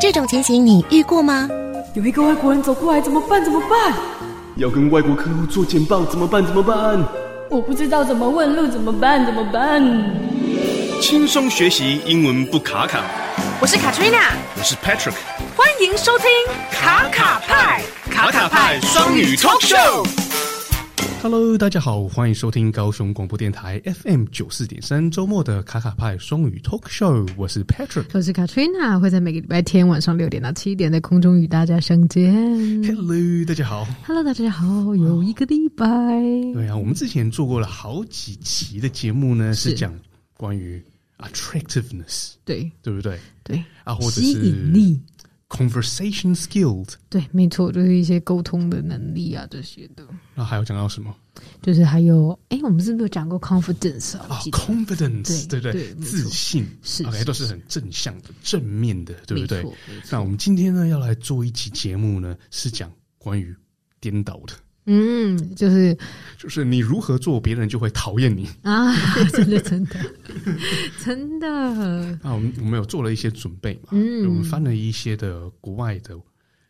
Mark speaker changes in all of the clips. Speaker 1: 这种情形你遇过吗？
Speaker 2: 有一个外国人走过来，怎么办？怎么办？
Speaker 3: 要跟外国客户做简报怎么办？怎么办？
Speaker 2: 我不知道怎么问路，怎么办？怎么办？
Speaker 4: 轻松学习英文不卡卡。
Speaker 5: 我是 Katrina，
Speaker 4: 我是 Patrick，
Speaker 5: 欢迎收听卡卡派
Speaker 4: 卡卡派双语 talk show。Hello，大家好，欢迎收听高雄广播电台 FM 九四点三周末的卡卡派双语 Talk Show，我是 Patrick。
Speaker 6: 我是 Katrina，会在每个礼拜天晚上六点到七点在空中与大家相见。
Speaker 4: Hello，大家好。
Speaker 6: Hello，大家好，有一个礼拜，
Speaker 4: 对啊，我们之前做过了好几期的节目呢，是
Speaker 6: 是
Speaker 4: 讲关于 attractiveness，
Speaker 6: 对
Speaker 4: 对不对？
Speaker 6: 对
Speaker 4: 啊，或者
Speaker 6: 吸
Speaker 4: 是
Speaker 6: 引力，
Speaker 4: conversation skills，
Speaker 6: 对，没错，就是一些沟通的能力啊这些的，
Speaker 4: 那还有讲到什么
Speaker 6: 就是还有，哎，我们是不是有讲过 confidence 啊？我
Speaker 4: 啊
Speaker 6: 记得
Speaker 4: ？confidence，对
Speaker 6: 对
Speaker 4: 不
Speaker 6: 对没错
Speaker 4: 自信
Speaker 6: 是
Speaker 4: ，OK，
Speaker 6: 是
Speaker 4: 都是很正向的、正面的，对不对
Speaker 6: 没错没？错
Speaker 4: 那我们今天呢，要来做一期节目呢，是讲关于颠倒的，
Speaker 6: 嗯，就是
Speaker 4: 就是你如何做，别人就会讨厌你。
Speaker 6: 啊， 真的真 的真的
Speaker 4: 啊那我们我们有做了一些准备嘛？
Speaker 6: 嗯
Speaker 4: 我们翻了一些的国外的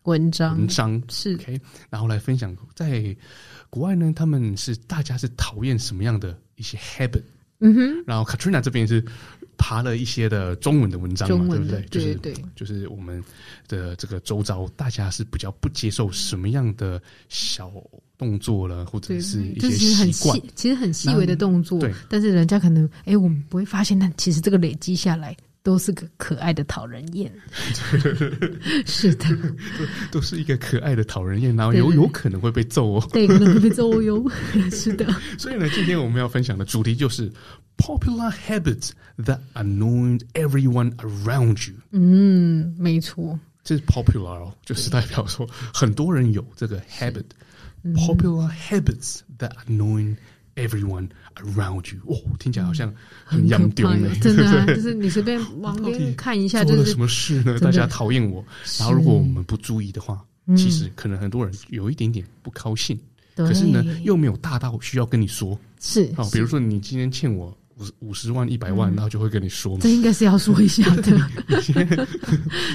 Speaker 6: 文章
Speaker 4: 文章
Speaker 6: 是
Speaker 4: ，OK，然后来分享在国外呢，他们是大家是讨厌什么样的一些 habit。
Speaker 6: 嗯哼，
Speaker 4: 然后 Katrina 这边是爬了一些的中文的文章嘛，
Speaker 6: 中
Speaker 4: 对
Speaker 6: 文
Speaker 4: 不
Speaker 6: 的
Speaker 4: 对？就是
Speaker 6: 对对
Speaker 4: 就是我们的这个周遭，大家是比较不接受什么样的小动作了，或者
Speaker 6: 对，
Speaker 4: 是一
Speaker 6: 就
Speaker 4: 些
Speaker 6: 其实很
Speaker 4: 习惯
Speaker 6: 细，其实很细微的动作
Speaker 4: 那对，
Speaker 6: 但是人家可能哎、诶我们不会发现，但其实这个累积下来都是个可爱的讨人 厌。是的，
Speaker 4: 都是一个可爱的讨人厌，然后有
Speaker 6: 对对
Speaker 4: 有可能会被揍哦。
Speaker 6: 对，可能会被揍哟。 是的，
Speaker 4: 所以呢，今天我们要分享的主题就是 popular habits that annoy everyone around you。
Speaker 6: 嗯，没错，
Speaker 4: 这是 popular 哦，就是代表说很多人有这个 habit、popular
Speaker 6: 嗯
Speaker 4: habits that annoy everyone around you。哦，听起来好像很
Speaker 6: 可
Speaker 4: 洋丢
Speaker 6: 怕
Speaker 4: 呢
Speaker 6: 的，，真的、啊，
Speaker 4: 对不
Speaker 6: 就
Speaker 4: 对
Speaker 6: 是你随便往
Speaker 4: 到底
Speaker 6: 边看一下，
Speaker 4: 做
Speaker 6: 就
Speaker 4: 了
Speaker 6: 是
Speaker 4: 什么事呢？
Speaker 6: 真
Speaker 4: 大
Speaker 6: 的
Speaker 4: 家讨厌我，然后如果我们不注意的话，其实可能很多人有一点点不高兴，
Speaker 6: 嗯对
Speaker 4: 可是呢又没有大到需要跟你说
Speaker 6: 是嗯
Speaker 4: 啊。比如说你今天欠我五十五十万一百万，然后就会跟你说嘛
Speaker 6: 这。应该是要说一下的，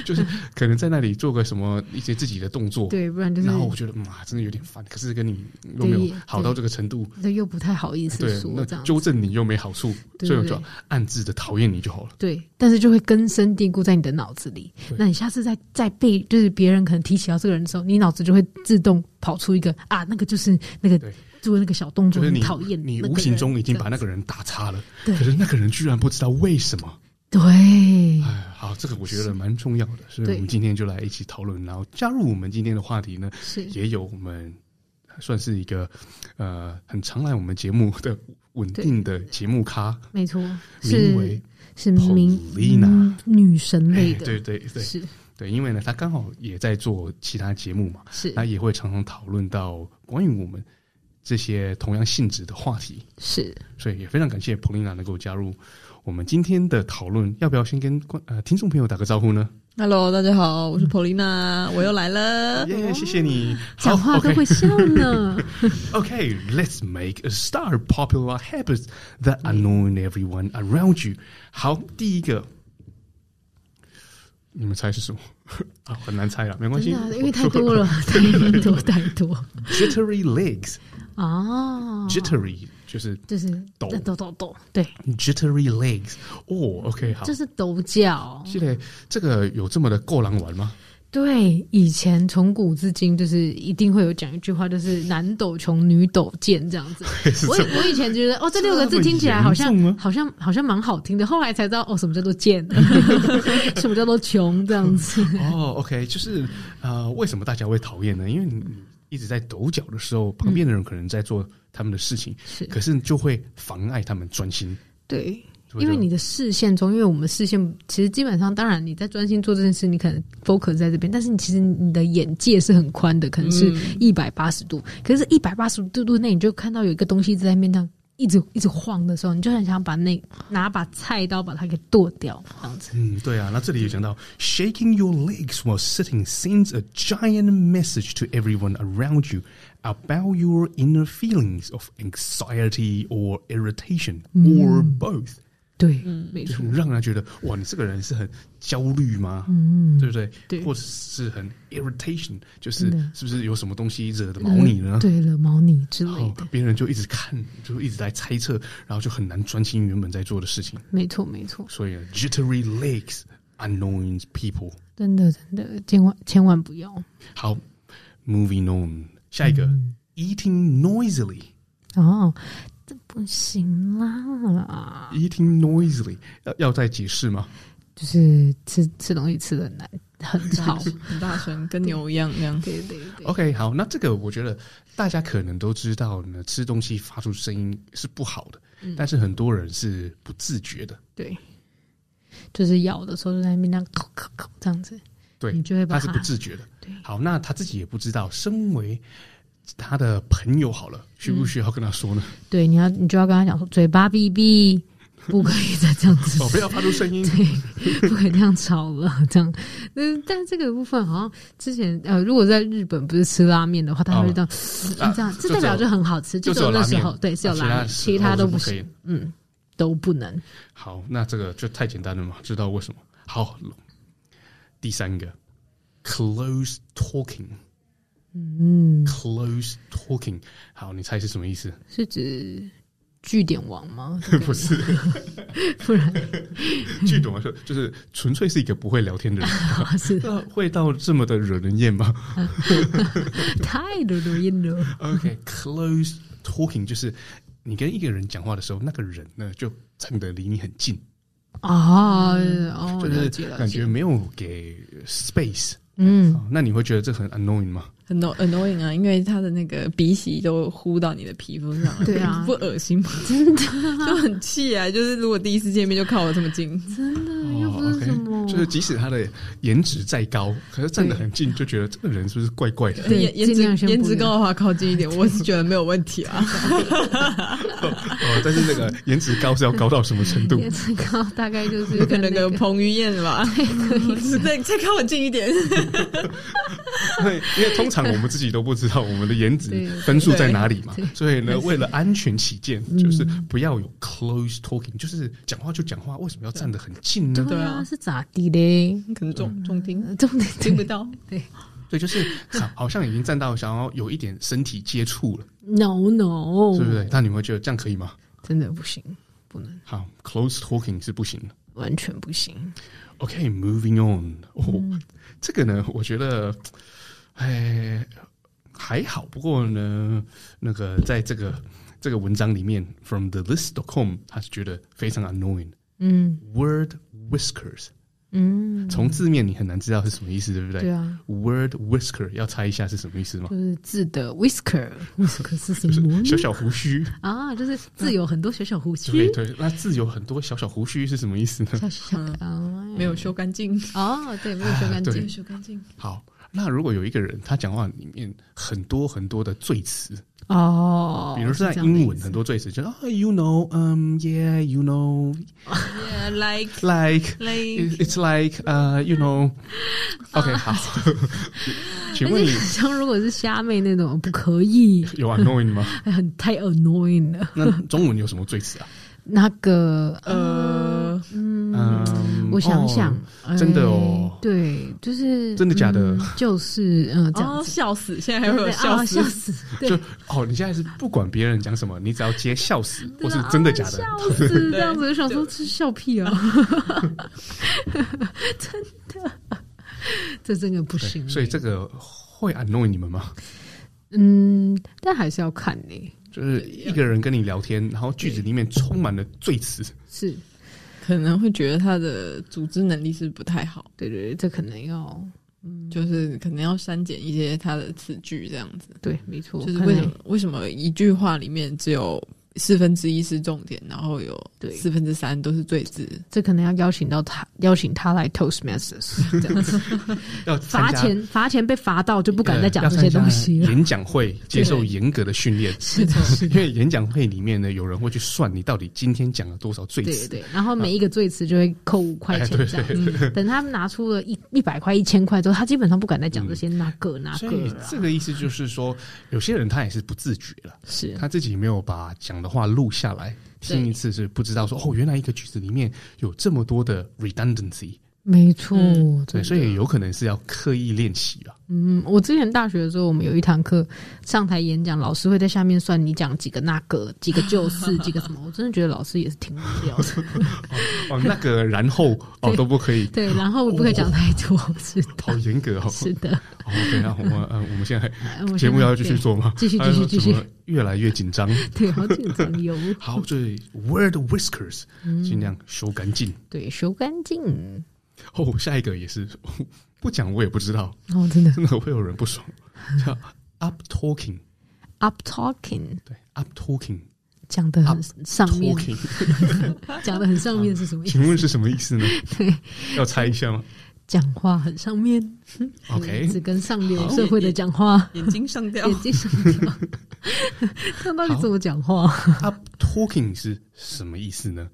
Speaker 4: 就是可能在那里做个什么一些自己的动作，
Speaker 6: 对，不然就是
Speaker 4: 然后我觉得嗯啊，真的有点烦，可是跟你又没有
Speaker 6: 对
Speaker 4: 好到这个程度，
Speaker 6: 这又不太好意思
Speaker 4: 对，
Speaker 6: 说
Speaker 4: 那
Speaker 6: 这样子。
Speaker 4: 纠正你又没好处，
Speaker 6: 对
Speaker 4: 所以我
Speaker 6: 对
Speaker 4: 就
Speaker 6: 对
Speaker 4: 暗自的讨厌你就好了。
Speaker 6: 对，但是就会根深蒂固在你的脑子里。那你下次再再被就是别人可能提起到这个人的时候，你脑子就会自动跑出一个啊，那个就是那个
Speaker 4: 对
Speaker 6: 做那个小动
Speaker 4: 就
Speaker 6: 作，
Speaker 4: 是你
Speaker 6: 很讨厌
Speaker 4: 你
Speaker 6: 那个
Speaker 4: 无形
Speaker 6: 人
Speaker 4: 中已经
Speaker 6: 这
Speaker 4: 把
Speaker 6: 样
Speaker 4: 那个人打叉了，
Speaker 6: 对
Speaker 4: 可是那个人居然不知道为什么。
Speaker 6: 对
Speaker 4: 哎，好，这个我觉得蛮重要的，所以
Speaker 6: 对
Speaker 4: 我们今天就来一起讨论，然后加入我们今天的话题呢，
Speaker 6: 是
Speaker 4: 也有我们算是一个呃很常来我们节目的稳定的节目咖，
Speaker 6: 没错，
Speaker 4: 名为
Speaker 6: 是是名
Speaker 4: Paulina 哎
Speaker 6: 嗯女神类的，
Speaker 4: 对对对
Speaker 6: 是
Speaker 4: 对，因为呢，他刚好也在做其他节目嘛，
Speaker 6: 是
Speaker 4: 他也会常常讨论到关于我们这些同样性质的话题，
Speaker 6: 是
Speaker 4: 所以也非常感谢彭丽娜能够加入我们今天的讨论。要不要先跟观呃听众朋友打个招呼呢？
Speaker 7: Hello，大家好，我是
Speaker 6: 嗯
Speaker 7: Polina，我又来了。
Speaker 4: 耶、谢谢你，
Speaker 6: 讲话都会笑呢。
Speaker 4: Okay, let's make a start. Popular habits that
Speaker 6: Mm.
Speaker 4: annoy everyone around you. 好，第一个，你们猜是什么？ 啊，很难猜了，没关
Speaker 6: 真
Speaker 4: 系
Speaker 6: 的 啊，，因为太多了，太多太多
Speaker 4: Jittery legs,
Speaker 6: 啊，
Speaker 4: jittery 就是
Speaker 6: 就是
Speaker 4: 抖
Speaker 6: 抖抖抖，对，
Speaker 4: Jittery legs，哦，OK，好，
Speaker 6: 就是抖脚，
Speaker 4: 现在这个有这么的够狼玩吗？
Speaker 6: 对，以前从古至今，就是一定会有讲一句话，就是男抖穷，女抖贱 这样子。我以我以前觉得，哦，这六个字听起来好
Speaker 4: 这
Speaker 6: 像
Speaker 4: 么严重吗
Speaker 6: 好像好像蛮好听的，后来才知道，哦，什么叫做贱， 什么叫做穷这样子。
Speaker 4: 哦，OK，就是呃，为什么大家会讨厌呢？因为你你一直在抖脚的时候，旁边的人可能在做他们的事情，
Speaker 6: 嗯是
Speaker 4: 可是就会妨碍他们专心，
Speaker 6: 对，
Speaker 4: 对不对
Speaker 6: 因为你的视线中，因为我们视线其实基本上，当然你在专心做这件事，你可能 focus 在这边，但是你其实你的眼界是很宽的，可能是一百八十度，可是，一百八十度度内你就看到有一个东西一直在面上一直一直晃的时候，你就很想把那拿把菜刀把它给剁掉，这样子。
Speaker 4: 嗯，对啊。那这里有讲到，shaking your legs while sitting sends a giant message to everyone around you about your
Speaker 6: Mm.
Speaker 4: inner feelings of anxiety or irritation or both。
Speaker 6: 对，
Speaker 7: 嗯，没
Speaker 4: 就
Speaker 7: 错，
Speaker 4: 很让人觉得哇，你这个人是很焦虑吗？
Speaker 6: 嗯
Speaker 4: 对，不对？
Speaker 6: 对
Speaker 4: 或者是很 irritation，就是
Speaker 6: 真的
Speaker 4: 是不是有什么东西惹的毛你了呢？
Speaker 6: 对了，毛你之
Speaker 4: 然后
Speaker 6: 类的，
Speaker 4: 别人就一直看，就一直来猜测，然后就很难专心原本在做的事情。
Speaker 6: 没错没错，
Speaker 4: 所以 jittery legs annoys people。
Speaker 6: 真的真的，千万千万不要。
Speaker 4: 好，moving on，下一个、eating
Speaker 6: 嗯
Speaker 4: noisily。
Speaker 6: 哦，这不行啦，
Speaker 4: eating noisily 要要再解释吗？
Speaker 6: 就是吃吃东西吃的难， 很吵。
Speaker 7: 很大声，跟牛一样那样。
Speaker 6: 对对对
Speaker 4: OK，好，那这个我觉得大家可能都知道呢，吃东西发出声音是不好的，
Speaker 6: 嗯
Speaker 4: 但是很多人是不自觉的，
Speaker 6: 对，就是咬的时候就在那边那样口口口这样子，
Speaker 4: 对，
Speaker 6: 你就会把
Speaker 4: 他是
Speaker 6: 它
Speaker 4: 不自觉的。
Speaker 6: 对
Speaker 4: 好，那他自己也不知道，身为他的朋友好
Speaker 6: 嗯
Speaker 4: 了，需不需要跟他说 呢？
Speaker 6: 对，你要你就要跟他讲说，嘴巴闭闭，不可以再这样 子
Speaker 4: 哦，不要发出 声音。
Speaker 6: 对，不可以这样吵了，这样。嗯，但这个部分好像之前呃，如果在日本不是吃拉面的话，他会这样、哎
Speaker 4: 啊
Speaker 6: 这样，这
Speaker 4: 就
Speaker 6: 代
Speaker 4: 只有
Speaker 6: 表就很好吃，
Speaker 4: 就
Speaker 6: 就
Speaker 4: 只
Speaker 6: 只
Speaker 4: 有
Speaker 6: 有那
Speaker 4: 拉
Speaker 6: 时
Speaker 4: 面
Speaker 6: 候对是有
Speaker 4: 啊其
Speaker 6: 拉
Speaker 4: 他
Speaker 6: 面，
Speaker 4: 时候
Speaker 6: 其他
Speaker 4: 是
Speaker 6: 都
Speaker 4: 不可以
Speaker 6: 行，嗯，都不能。
Speaker 4: 好，那这个就太简单了嘛，知道为什么？好，第三个，close talking。嗯，close talking，好，你猜是什么意思？
Speaker 6: 是指据点王吗？
Speaker 4: 不是，
Speaker 6: 不然
Speaker 4: 据懂来说，就是纯粹是一个不会聊天的人，
Speaker 6: 是
Speaker 4: 那会到这么的惹人厌吗
Speaker 6: 太多多音了。
Speaker 4: ？OK，close、talking 就是你跟一个人讲话的时候，那个人呢就站得离你很近，
Speaker 6: 啊哦，了
Speaker 4: 就
Speaker 6: 解
Speaker 4: 是
Speaker 6: 了
Speaker 4: 感觉
Speaker 6: 解，
Speaker 4: 没有给 space、
Speaker 6: 嗯，
Speaker 4: 哦那你会觉得这很 annoying 吗？
Speaker 7: 很 anno- annoying 啊，因为它的那个鼻息都呼到你的皮肤上了，
Speaker 6: 对啊
Speaker 7: 不恶心吗？真的、 就很气啊！就是如果第一次见面就靠我这么近，
Speaker 6: 真的又不
Speaker 4: 哦
Speaker 6: 是什么，
Speaker 4: 就是即使他的颜值再高，可是站得很近，就觉得这个人是不是怪怪的？
Speaker 6: 对
Speaker 7: 颜颜
Speaker 6: 尽量先
Speaker 7: 值
Speaker 6: 不
Speaker 7: 颜值
Speaker 6: 要
Speaker 7: 高的话靠近一点，我是觉得没有问题啊。
Speaker 4: 哦，但是那个颜值高是要高到什么程 度？
Speaker 6: 颜值高，大概就是
Speaker 7: 可
Speaker 6: 跟
Speaker 7: 能
Speaker 6: 那
Speaker 7: 个彭于晏吧， 再再靠我近 一点，
Speaker 4: 对，因为通常我们自己都不知道我们的颜值
Speaker 6: 对
Speaker 4: 分数在哪里嘛
Speaker 6: 对，嗯
Speaker 4: 所以呢，为了安全起见，就是不要有 close talking，就是讲话就讲话，为什么要站得很近呢？
Speaker 6: 对
Speaker 7: 对
Speaker 6: 啊，
Speaker 7: 啊
Speaker 6: 是咋地嘞？嗯
Speaker 7: 可能重重听
Speaker 6: 重点
Speaker 7: 听不到。
Speaker 4: 对，就是好好像已经站到想要有一点身体接触了，
Speaker 6: no no，
Speaker 4: 对不对？那你们觉得这样可以吗？
Speaker 6: 真的不行，不能，
Speaker 4: 好，close talking 是不行的。
Speaker 6: 完全不行。
Speaker 4: OK，moving、on。哦、这个呢，我觉得，哎，还好。不过呢，那个在这个这个文章里面，from the list.com，他是觉得非常 annoying。
Speaker 6: 嗯
Speaker 4: Word whiskers，
Speaker 6: 嗯，
Speaker 4: 从字面你很难知道是什么意思，对不对？
Speaker 6: 对啊，
Speaker 4: Word whisker 要猜一下是什么意思吗
Speaker 6: 就？是字的 whisker，whisker 是什么呢？
Speaker 4: 小小胡须，
Speaker 6: 嗯啊，就是字有很多小小胡
Speaker 4: 对
Speaker 6: 须，
Speaker 4: 对，那字有很多小小胡须是什么意思呢？
Speaker 6: 小小啊，
Speaker 7: 没有修 干净，
Speaker 6: 哦，对，没有修干
Speaker 4: 啊对
Speaker 6: 净，
Speaker 7: 修干净。
Speaker 4: 好，那如果有一个人他讲话里面很多很多的罪词，
Speaker 6: 哦，
Speaker 4: 比如说
Speaker 6: 是这
Speaker 4: 在
Speaker 6: 样的
Speaker 4: 英文
Speaker 6: 意思
Speaker 4: 很多最词，就啊、you know，嗯、um,，yeah，you know，like
Speaker 7: Yeah, like like，
Speaker 4: it's like，呃、y o u know，OK，、OK，好，
Speaker 6: 啊
Speaker 4: 请问
Speaker 6: 而
Speaker 4: 你
Speaker 6: 且像如果是虾妹那种，不可以，
Speaker 4: 有 annoying 吗？
Speaker 6: 还很太 annoying 了。
Speaker 4: 那中文有什么最词啊？
Speaker 6: 那个呃，
Speaker 7: 呃，
Speaker 4: 嗯，
Speaker 6: 我想想
Speaker 4: 哦，真的哦
Speaker 6: 哎对，就是
Speaker 4: 真的假的
Speaker 6: 嗯就是嗯，这样
Speaker 7: 哦，
Speaker 6: 子，
Speaker 7: 笑死！现在还
Speaker 6: 对
Speaker 7: 会
Speaker 6: 对
Speaker 7: 有笑
Speaker 6: 啊
Speaker 7: 死
Speaker 6: 笑，死，对
Speaker 4: 就，哦，你现在是不管别人讲什么，你只要接笑死，
Speaker 6: 对
Speaker 4: 或
Speaker 6: 啊
Speaker 4: 是真的假的，
Speaker 6: 啊笑死，
Speaker 7: 对
Speaker 6: 这样子就想说
Speaker 7: 就
Speaker 6: 这是笑屁啊， 真的，这真的不行。
Speaker 4: 所以这个会 annoy 你们吗？
Speaker 6: 嗯，但还是要看呢，
Speaker 4: 就是一个人跟你聊天，然后句子里面充满了罪词，
Speaker 6: 是
Speaker 7: 可能会觉得他的组织能力是不太好，
Speaker 6: 对对对，这可能要
Speaker 7: 就是可能要删减一些他的词句这样子。
Speaker 6: 对，没错，
Speaker 7: 就是
Speaker 6: 可
Speaker 7: 为
Speaker 6: 能
Speaker 7: 什么为什么一句话里面只有四分之一是重点，然后有
Speaker 6: 对
Speaker 7: 四分之三都是最字，
Speaker 6: 这可能要邀请到他，邀请他来 Toastmasters 这样子，
Speaker 4: 要 参
Speaker 6: 罚
Speaker 4: 加
Speaker 6: 钱罚钱被罚到就不敢再讲
Speaker 4: 呃
Speaker 6: 这些东西
Speaker 4: 要参加
Speaker 6: 了。
Speaker 4: 演讲会接受严格的训练，
Speaker 6: 是的，是
Speaker 4: 因
Speaker 6: 的，
Speaker 4: 为演讲会里面呢，有人会去算你到底今天讲了多少罪
Speaker 6: 对
Speaker 4: 词。
Speaker 6: 对。然后
Speaker 4: 啊
Speaker 6: 每一个罪词就会扣五块
Speaker 4: 哎
Speaker 6: 钱这样子。等他们拿出了一一百块、一千块之后，他基本上不敢再讲这些那个那
Speaker 4: 嗯所
Speaker 6: 个
Speaker 4: 以
Speaker 6: 了啊。
Speaker 4: 这个意思就是说，有些人他也是不自觉了，
Speaker 6: 是
Speaker 4: 他自己没有把讲讲的话录下来听一次，是不知道说哦，原来一个句子里面有这么多的 redundancy，
Speaker 6: 没错，
Speaker 4: 对，所以有可能是要刻意练习 啊。
Speaker 6: 嗯，我之前大学的时候，我们有一堂课上台演讲，老师会在下面算你讲几个那个、几个旧 事、几个什么。我真的觉得老师也是挺无聊的。
Speaker 4: 哦，那个然后哦都不可以，
Speaker 6: 对，然后不可以讲太多，是的，
Speaker 4: 好严格哦。
Speaker 6: 是的。
Speaker 4: 哦，对啊，我们呃，我们现在
Speaker 6: 哎 我
Speaker 4: 节目
Speaker 6: 现在
Speaker 4: 要继续做吗？
Speaker 6: 对继续
Speaker 4: 还是说
Speaker 6: 继续继续
Speaker 4: 怎么越来越紧张。
Speaker 6: 对，对好紧张哟。
Speaker 4: 好，所以 word whiskers
Speaker 6: 嗯
Speaker 4: 尽量修干净。
Speaker 6: 对，修干净
Speaker 4: 哦，下一个也是不讲我也不知道，
Speaker 6: 哦，真的。
Speaker 4: 真的会有人不爽，叫 up talking，
Speaker 6: Up talking
Speaker 4: 对 up talking
Speaker 6: 讲的很上面，
Speaker 4: talking，
Speaker 6: 讲的很上面是什么意思？
Speaker 4: 请问是什么意思呢？
Speaker 6: 对，
Speaker 4: 要猜一 下吗
Speaker 6: 讲话很上面
Speaker 4: ？OK，
Speaker 6: 是跟上流社会的讲话，
Speaker 7: 眼睛上吊
Speaker 6: 眼睛上掉， 看到底怎么讲话？
Speaker 4: up talking 是什么意思呢？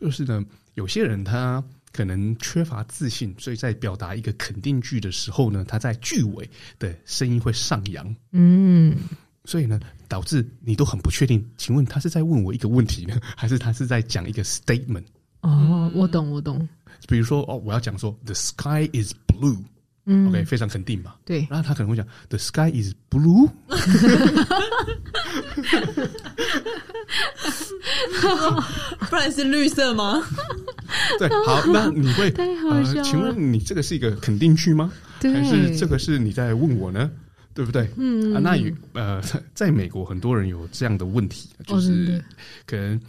Speaker 4: 就是呢，有些人他可能缺乏自信，所以在表达一个肯定句的时候呢，他在句尾的声音会上扬，
Speaker 6: 嗯，
Speaker 4: 所以呢，导致你都很不确定，请问他是在问我一个问题呢， 还是他是在讲一个 statement？嗯
Speaker 6: 哦，我懂，我懂。
Speaker 4: 比如说，哦，我要讲说 the sky is blue。
Speaker 6: 嗯
Speaker 4: OK，非常肯定嘛。
Speaker 6: 对
Speaker 4: 然后他可能会讲 The sky is blue，
Speaker 7: 不然是绿色吗？
Speaker 4: 对， 好，那你会
Speaker 6: 太好笑
Speaker 4: 呃，
Speaker 6: 了
Speaker 4: 请问你这个是一个肯定句吗？
Speaker 6: 对
Speaker 4: 还是这个是你在问我呢？对不对？嗯啊，那有呃， 在在美国很多人有这样的问题，就
Speaker 6: 哦
Speaker 4: 是
Speaker 6: 真的
Speaker 4: 可能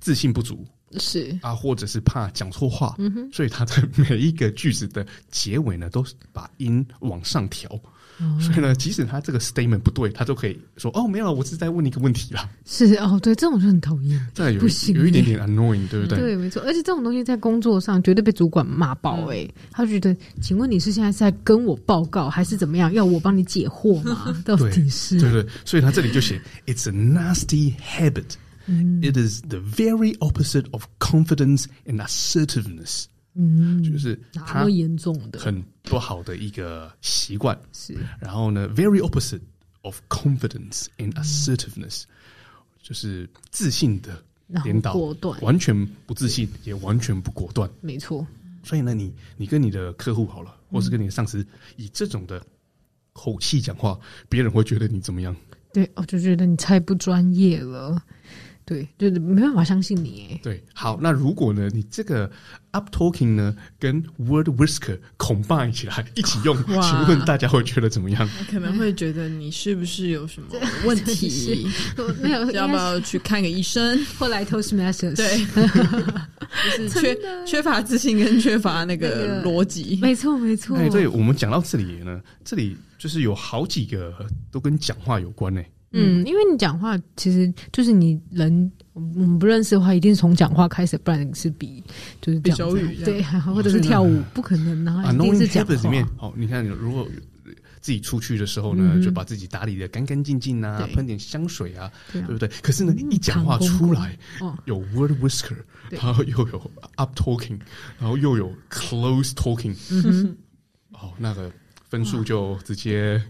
Speaker 4: 自信不足
Speaker 7: 是
Speaker 4: 啊，或者是怕讲错话，
Speaker 6: 嗯
Speaker 4: 所以他在每一个句子的结尾呢，都是把音往上调。
Speaker 6: 哦
Speaker 4: 所以呢，即使他这个 statement 不对，他都可以说哦，没有，我是在问你一个问题啦。
Speaker 6: 是哦，对，这种就很讨厌。
Speaker 4: 这有
Speaker 6: 不行
Speaker 4: 有一点点 annoying，对不对？
Speaker 6: 对，没错，而且这种东西在工作上绝对被主管骂爆哎、欸，
Speaker 4: 嗯
Speaker 6: 他就觉得，请问你是现在是在跟我报告，还是怎么样？要我帮你解惑吗？到
Speaker 4: 对
Speaker 6: 底是
Speaker 4: 对对，所以他这里就写 "It's a nasty habit.
Speaker 6: 嗯
Speaker 4: It is the very opposite of confidence and assertiveness." 嗯，就是
Speaker 6: 哪
Speaker 4: 他
Speaker 6: 么严重的？
Speaker 4: 很不好的一个习惯。
Speaker 6: 是
Speaker 4: 然后呢，very opposite of confidence and assertiveness，、就是自信的
Speaker 6: 然后
Speaker 4: 颠倒，
Speaker 6: 果断
Speaker 4: 完全不自信，也完全不果断。
Speaker 6: 没错，
Speaker 4: 所以呢，你你跟你的客户好
Speaker 6: 嗯
Speaker 4: 了，或是跟你的上司，以这种的口气讲话，别人会觉得你怎么样？
Speaker 6: 对，我就觉得你太不专业了，对，就是没办法相信你哎、
Speaker 4: 对，好，那如果呢，你这个 up talking 呢，跟 word whisker combine 起来一起用，
Speaker 7: 哇
Speaker 4: 请问大家会觉得怎么样？
Speaker 7: 可能会觉得你是不是有什么问 题？
Speaker 6: 我没 有，
Speaker 7: 要
Speaker 6: 应
Speaker 7: 不
Speaker 6: 该
Speaker 7: 要去看个医生？
Speaker 6: 是后来 Toastmasters
Speaker 7: 对， 就是缺缺乏自信跟缺乏那个
Speaker 6: 那个
Speaker 7: 逻辑。
Speaker 6: 没错没错，嗯
Speaker 4: 哎，对，我们讲到这里呢，这里就是有好几个都跟讲话有关呢、
Speaker 6: 嗯，因为你讲话其实就是你人，我们不认识的话，一定是从讲话开始，不然是比就是这样子
Speaker 7: 比手语这
Speaker 6: 对，
Speaker 7: 样
Speaker 6: 啊或者是跳舞，不可能啊，
Speaker 4: 哦啊
Speaker 6: 一定是讲话。嗯
Speaker 4: habits 里面，哦，你看，如果自己出去的时候呢，就把自己打理的干干净净啊，
Speaker 6: 对
Speaker 4: 喷点香水啊，
Speaker 6: 对啊
Speaker 4: 对不对？可是呢，一讲话出来
Speaker 6: 公公哦，
Speaker 4: 有 word whisker，
Speaker 6: 对
Speaker 4: 然后又有 up talking，然后又有 close talking，哦，那个分数就直接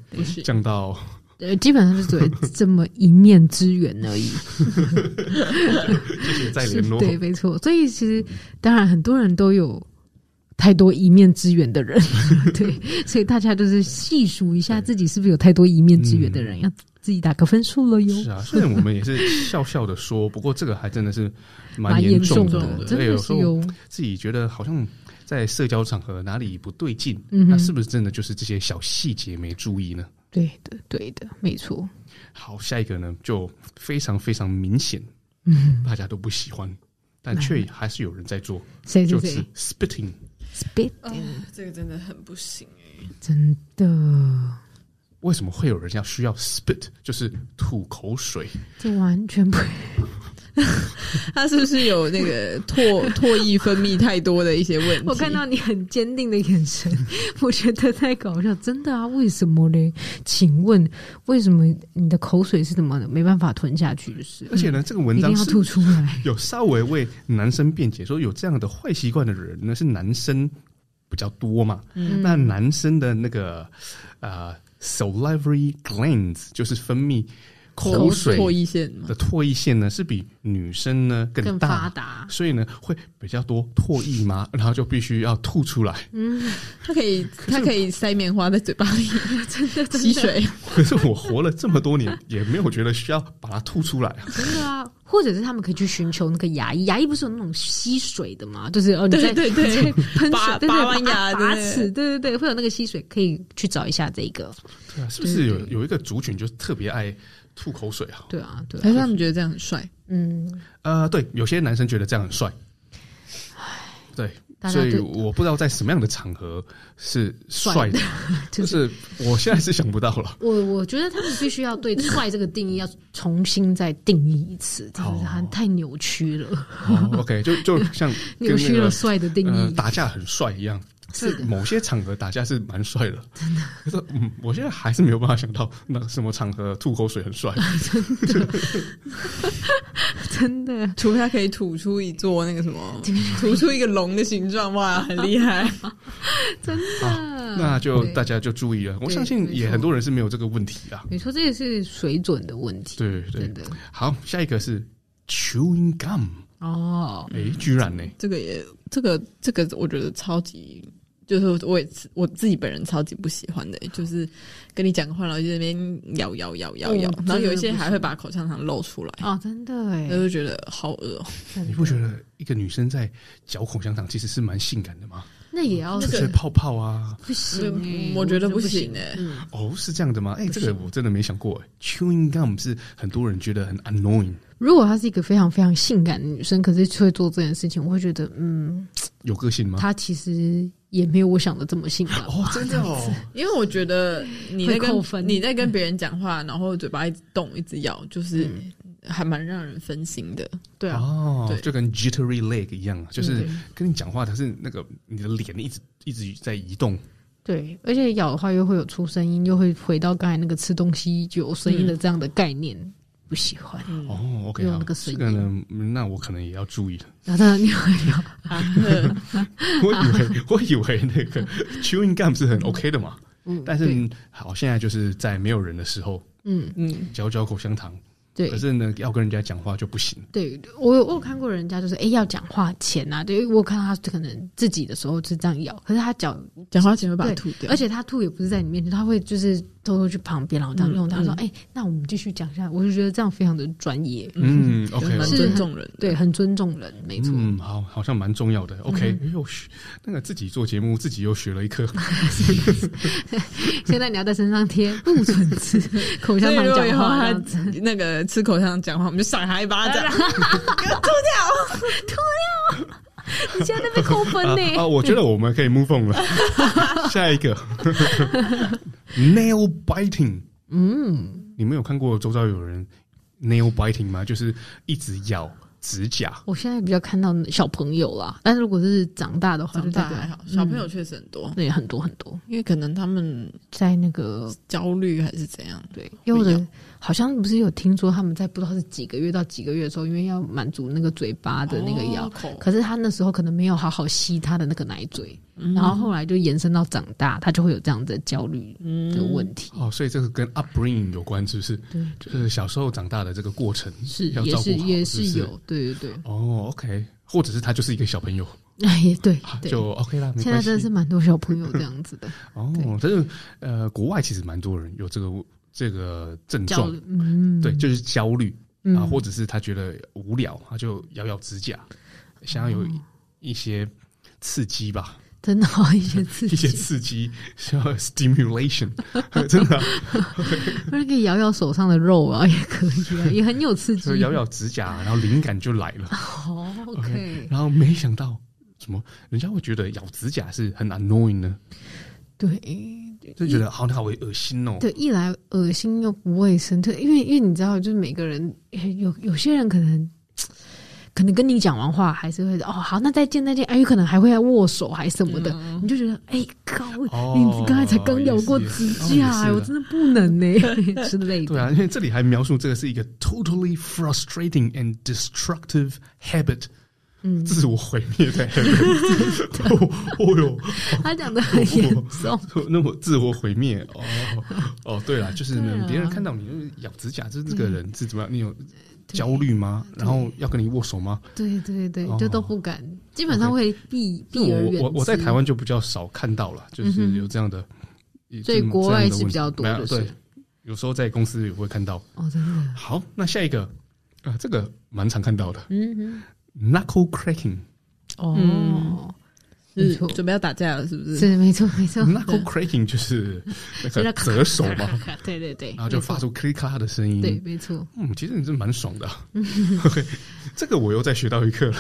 Speaker 4: 降到
Speaker 6: 呃，基本上就只有这么一面之缘而已。
Speaker 4: 谢谢再
Speaker 6: 是
Speaker 4: 联络，嗯
Speaker 6: 对，没错。所以其实当然很多人都有太多一面之缘的人， 对，所以大家就是细数一下自己是不是有太多一面之缘的人，要自己打个分数了哟。
Speaker 4: 是啊，虽然我们也是笑笑的说，不过这个还真的是蛮
Speaker 6: 蛮
Speaker 4: 严
Speaker 6: 严
Speaker 4: 重
Speaker 6: 重
Speaker 4: 的哎哦
Speaker 6: 的，
Speaker 4: 对，
Speaker 6: 真
Speaker 4: 有
Speaker 6: 的
Speaker 4: 时
Speaker 6: 是
Speaker 4: 候
Speaker 6: 有
Speaker 4: 自己觉得好像在社交场合哪里不对劲，
Speaker 6: 嗯哼
Speaker 4: 那是不是真的就是这些小细节没注意呢？
Speaker 6: 对的，对的，没错。
Speaker 4: 好，下一个呢就非常非常明显，
Speaker 6: 嗯
Speaker 4: 大家都不喜欢，但却还是有人在做，
Speaker 6: 谁谁
Speaker 4: 就
Speaker 6: 谁
Speaker 4: 是 spitting。
Speaker 6: ，spit，
Speaker 7: 这个真的很不行哎、
Speaker 6: 真的。
Speaker 4: 为什么会有人要需要 spit？就是吐口水，
Speaker 6: 这完全不，
Speaker 7: 他是不是有那个唾唾液分泌太多的一些问题？
Speaker 6: 我看到你很坚定的眼神， 我觉得太搞笑，真的啊？为什么嘞？请问为什么你的口水是怎么没办法吞下去？就是
Speaker 4: 而且呢，这个文
Speaker 6: 嗯一定
Speaker 4: 章
Speaker 6: 要
Speaker 4: 是
Speaker 6: 吐出来，
Speaker 4: 有稍微为男生辩解，说有这样的坏习惯的人呢，是男生比较多嘛？那男生的那个呃 salivary glands 就是分泌口水
Speaker 7: 唾液腺嘛
Speaker 4: 的，唾液腺呢是比女生呢更
Speaker 6: 更
Speaker 4: 大
Speaker 6: 发达
Speaker 4: 所以呢会比较多唾液嘛，然后就必须要吐出来。
Speaker 7: 它可以它可以塞棉花在嘴巴里， 真的吸水。
Speaker 4: 可是我活了这么多年，也没有觉得需要把它吐出来啊。
Speaker 6: 真的啊，或者是他们可以去寻求那个牙医，牙医不是有那种吸水的嘛？就是哦，你在
Speaker 7: 对对
Speaker 6: 你在
Speaker 7: 对
Speaker 6: 喷
Speaker 7: 拔
Speaker 6: 水，对对啊
Speaker 7: 拔完牙
Speaker 6: 拔
Speaker 7: 对
Speaker 6: 齿，对对对，会有那个吸水，可以去找一下这个。
Speaker 4: 对啊，是不是有有一个族群就特别爱吐口水啊？
Speaker 6: 对啊，对啊
Speaker 7: 还是他们觉得这样很帅？
Speaker 6: 嗯，
Speaker 4: 呃，对，有些男生觉得这样很帅。对，
Speaker 6: 大家
Speaker 4: 所以
Speaker 6: 对
Speaker 4: 我不知道在什么样的场合是帅
Speaker 6: 帅
Speaker 4: 的， 就是我现在是想不到了。
Speaker 6: 我我觉得他们必须要对 帅这个定义要重新再定义一次，真的是还太扭曲了，
Speaker 4: 哦 OK，就就像跟
Speaker 6: 扭
Speaker 4: 那
Speaker 6: 曲
Speaker 4: 个
Speaker 6: 了帅的定
Speaker 4: 呃
Speaker 6: 义。
Speaker 4: 打架很帅一样。是某些场合打架是蛮帅的，真的。可是嗯，我现在还是没有办法想到那什么场合吐口水很 帅。
Speaker 6: 真的，
Speaker 7: 除非它可以吐出一座那个什 么，吐出一个龙的形状，哇，很厉 害！
Speaker 4: 啊那就
Speaker 6: 啊对
Speaker 4: 大家就注意了，我
Speaker 6: 对
Speaker 4: 相信
Speaker 6: 没
Speaker 4: 也
Speaker 6: 错
Speaker 4: 很多人是没有这个问题啊。
Speaker 6: 你说这也是水准的问题，
Speaker 4: 对对
Speaker 6: 真，的
Speaker 4: 好，下一个是 chewing gum，
Speaker 6: 哦，
Speaker 4: 哎、居然呢、
Speaker 7: 这个也这个这个，我觉得超级，就是我也我自己本人超级不喜欢的，就是跟你讲话，然后就在那边咬咬咬咬咬
Speaker 6: 哦，
Speaker 7: 然后有
Speaker 6: 真的
Speaker 7: 一些
Speaker 6: 不行
Speaker 7: 还会把口香糖露出来，
Speaker 6: 哦，真的哎
Speaker 7: 我，就觉得好恶哦。
Speaker 4: 呃你不觉得一个女生在嚼口香糖其实是蛮性感的吗？
Speaker 6: 那也要
Speaker 4: 这些泡泡啊，
Speaker 6: 不行欸
Speaker 7: 呃我觉得不行
Speaker 6: 哎
Speaker 7: 哎，
Speaker 4: 哦，是这样的吗？哎、这个我真的没想过、哎 chewing gum 是很多人觉得很 annoying，
Speaker 6: 如果她是一个非常非常性感的女生，可是却会做这件事情，我会觉得，嗯，
Speaker 4: 有个性吗？
Speaker 6: 她其实也没有我想的这么性感。
Speaker 4: 啊哦，真的哦，
Speaker 7: 因为我觉得你在
Speaker 6: 会扣
Speaker 7: 跟
Speaker 6: 分
Speaker 7: 你在跟别人讲话，然后嘴巴一直动一直咬，就是
Speaker 6: 嗯
Speaker 7: 还蛮让人分心的。
Speaker 6: 对嗯啊，
Speaker 4: 哦
Speaker 7: 对，
Speaker 4: 就跟 jittery leg 一样啊，就是跟你讲话，它是那个你的脸一直一直在移动，
Speaker 6: 对，而且咬的话又会有出声音，又会回到刚才那个吃东西就有声音的
Speaker 4: 嗯
Speaker 6: 这样的概念，不喜欢。
Speaker 4: 哦，OK，
Speaker 6: 嗯用
Speaker 4: 好
Speaker 6: 那个声
Speaker 4: 这
Speaker 6: 音
Speaker 4: 个呢，嗯那我可能也要注意了。
Speaker 6: 那当然 你会咬，
Speaker 4: 我以为我以为那个 chewing gum 是很 OK 的嘛，
Speaker 6: 嗯，
Speaker 4: 但是
Speaker 6: 对
Speaker 4: 好，现在就是在没有人的时候
Speaker 6: 嗯，
Speaker 7: 嗯，
Speaker 4: 嚼嚼口香糖，
Speaker 6: 对
Speaker 4: 可。是呢，要跟人家讲话就不行。
Speaker 6: 对我有我有看过人家就是哎、诶要讲话前啊，对我有看到他可能自己的时候是这样咬，可是他讲
Speaker 7: 讲话前会把它
Speaker 6: 对
Speaker 7: 吐掉，
Speaker 6: 而且他吐也不是在你面前，他会就是偷偷去旁边，然后这样
Speaker 7: 嗯
Speaker 6: 用。他说
Speaker 7: 嗯：“
Speaker 6: 哎、那我们继续讲一下。”我就觉得这样非常的专业，
Speaker 4: 嗯
Speaker 7: 就
Speaker 4: ，OK，
Speaker 7: 蛮
Speaker 6: 是
Speaker 7: 尊重人的。
Speaker 6: 对，很尊重人，没错。
Speaker 4: 嗯，好，好像蛮重要的。OK，又
Speaker 6: 嗯
Speaker 4: 学那个自己做节目，自己又学了一课。
Speaker 6: 现在你要在身上贴不准吃口
Speaker 7: 所
Speaker 6: 香
Speaker 7: 以
Speaker 6: 糖
Speaker 7: 如果以
Speaker 6: 讲
Speaker 7: 后
Speaker 6: 话这
Speaker 7: 他
Speaker 6: 样子，
Speaker 7: 那个吃口香糖讲话，我们就赏他一巴 掌。
Speaker 6: 你现在在被扣分
Speaker 4: 啊
Speaker 6: 呢、
Speaker 4: 啊，我觉得我们可以 move on 了。下一个 nail biting，嗯，你们有看过周遭有人 nail biting 吗？就是一直咬指甲。
Speaker 6: 我现在比较看到小朋友啦，但是如果是长大的话，
Speaker 7: 长
Speaker 6: 就
Speaker 7: 大
Speaker 6: 代表嗯
Speaker 7: 还好，小朋友确实很多，
Speaker 6: 对很多很多，
Speaker 7: 因为可能他们
Speaker 6: 在那个
Speaker 7: 焦虑还是怎样。
Speaker 6: 对，又或
Speaker 7: 会
Speaker 6: 者
Speaker 7: 咬
Speaker 6: 好像不是有听说他们在不知道是几个月到几个月的时候，因为要满足那个嘴巴的那个咬，
Speaker 7: 哦口
Speaker 6: 可是他那时候可能没有好好吸他的那个奶嘴，然后后来就延伸到长大，他就会有这样的焦虑的问题。
Speaker 4: 哦，所以这个跟 upbringing 有关，是不是？
Speaker 6: 嗯
Speaker 4: 对，就是小时候长大的这个过程
Speaker 6: 是，
Speaker 4: 要
Speaker 6: 也
Speaker 4: 照
Speaker 6: 是
Speaker 4: 顾好，
Speaker 6: 也
Speaker 4: 是不
Speaker 6: 是有，对对
Speaker 4: 哦，OK，或者是他就是一个小朋友，
Speaker 6: 对，哎也对
Speaker 4: 啊
Speaker 6: 对，
Speaker 4: 就 OK 啦，没
Speaker 6: 现在
Speaker 4: 关
Speaker 6: 真的是
Speaker 4: 系。
Speaker 6: 蛮多小朋友这样子 的
Speaker 4: 哦，但是呃，国外其实蛮多人有这个这个症
Speaker 6: 焦
Speaker 4: 状
Speaker 6: 虑，，嗯，
Speaker 4: 对，就是焦虑
Speaker 6: 嗯
Speaker 4: 啊，或者是他觉得无聊，他就咬咬指甲，
Speaker 6: 哦
Speaker 4: 想要有一些刺激吧，
Speaker 6: 真的哦好一些刺
Speaker 4: 一些
Speaker 6: 激，
Speaker 4: 刺激，需要 stimulation，真的啊
Speaker 6: 不然可以咬咬手上的肉啊，也可以啊，也很有 刺
Speaker 4: 就
Speaker 6: 激。
Speaker 4: 咬咬指甲，然后灵感就来了。
Speaker 6: 哦，OK，
Speaker 4: 然后没想到什么，人家会觉得咬指甲是很 annoying 呢，
Speaker 6: 对。
Speaker 4: 就觉得好，那好恶心哦。
Speaker 6: 对，一来恶心又不卫生，对，因为因为你知道，就是每个人有有些人可能。可能跟你讲完话，还是会哦好，那再见再见，哎，有可能还会要握手还什么的，你就觉得哎靠，
Speaker 4: 嗯哦
Speaker 6: 你刚才才刚咬过指
Speaker 4: 也是也
Speaker 6: 甲，
Speaker 4: 是
Speaker 6: 哎我真的不 能呢、之类的。
Speaker 4: 对啊，因为这里还描述这个是一个 totally frustrating and destructive habit，
Speaker 6: 嗯
Speaker 4: 自我毁灭 在那边。 哦哦哟，
Speaker 6: 他讲的很严
Speaker 4: 哦
Speaker 6: 重。
Speaker 4: 那我自我毁灭哦哦，对了，就是
Speaker 6: 对
Speaker 4: 呢
Speaker 6: 啊嗯
Speaker 4: 别人看到你就是咬指甲，这这个人是怎么样？你有焦虑吗？然后要跟你握手吗？
Speaker 6: 对对对
Speaker 4: 哦，
Speaker 6: 就都不敢，基本上会避避而
Speaker 4: 我
Speaker 6: 远之。
Speaker 4: 我我在台湾就比较少看到了，就是有这样的，
Speaker 6: 所以
Speaker 4: 这样
Speaker 6: 国
Speaker 4: 这
Speaker 6: 外
Speaker 4: 样的
Speaker 6: 是
Speaker 4: 问
Speaker 6: 比较
Speaker 4: 题
Speaker 6: 多
Speaker 4: 没有
Speaker 6: 就是
Speaker 4: 对，有时候在公司也会看到。
Speaker 6: 哦，真的，
Speaker 4: 好，那下一个啊、这个蛮常看到的
Speaker 6: 嗯哼，
Speaker 4: knuckle cracking。嗯
Speaker 6: 哦，
Speaker 7: 就
Speaker 6: 没
Speaker 7: 是
Speaker 6: 错，
Speaker 7: 准备要打架了，是不是？
Speaker 6: 是没错没错，
Speaker 4: knuckle cracking 就是那
Speaker 6: 就
Speaker 4: 个
Speaker 6: 是咔咔
Speaker 4: 折手嘛，
Speaker 6: 咔咔咔 对对对，
Speaker 4: 然后就发出咔哩咔啦的声音。
Speaker 6: 没错对，没错，
Speaker 4: 嗯，其实你真蛮爽的、啊。OK，这个我又再学到一课了。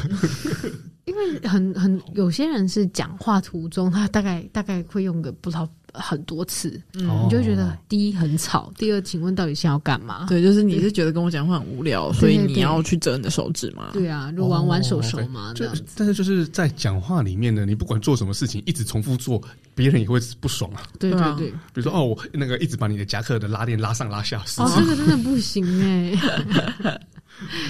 Speaker 6: 因为很很有些人是讲话途中，他大概大概会用个不知道很多次，
Speaker 4: 你
Speaker 6: 你就会觉
Speaker 4: 哦
Speaker 6: 得第一很吵，第二请问到底想要干嘛？
Speaker 7: 对，就是你是觉得跟我讲话很无聊，所以
Speaker 6: 对对
Speaker 7: 你要去折你的手指吗？
Speaker 6: 对啊，就玩玩手手嘛，这
Speaker 4: 哦就
Speaker 6: 样子。
Speaker 4: 但是就是在讲话里面呢，你不管做什么事情，一直重复做，别人也会不爽啊。
Speaker 6: 对
Speaker 7: 对
Speaker 6: 对
Speaker 7: 啊
Speaker 6: 对，
Speaker 4: 比如说哦，我那个一直把你的夹克的拉链拉上拉下，是
Speaker 6: 哦，这个真的 不行哎、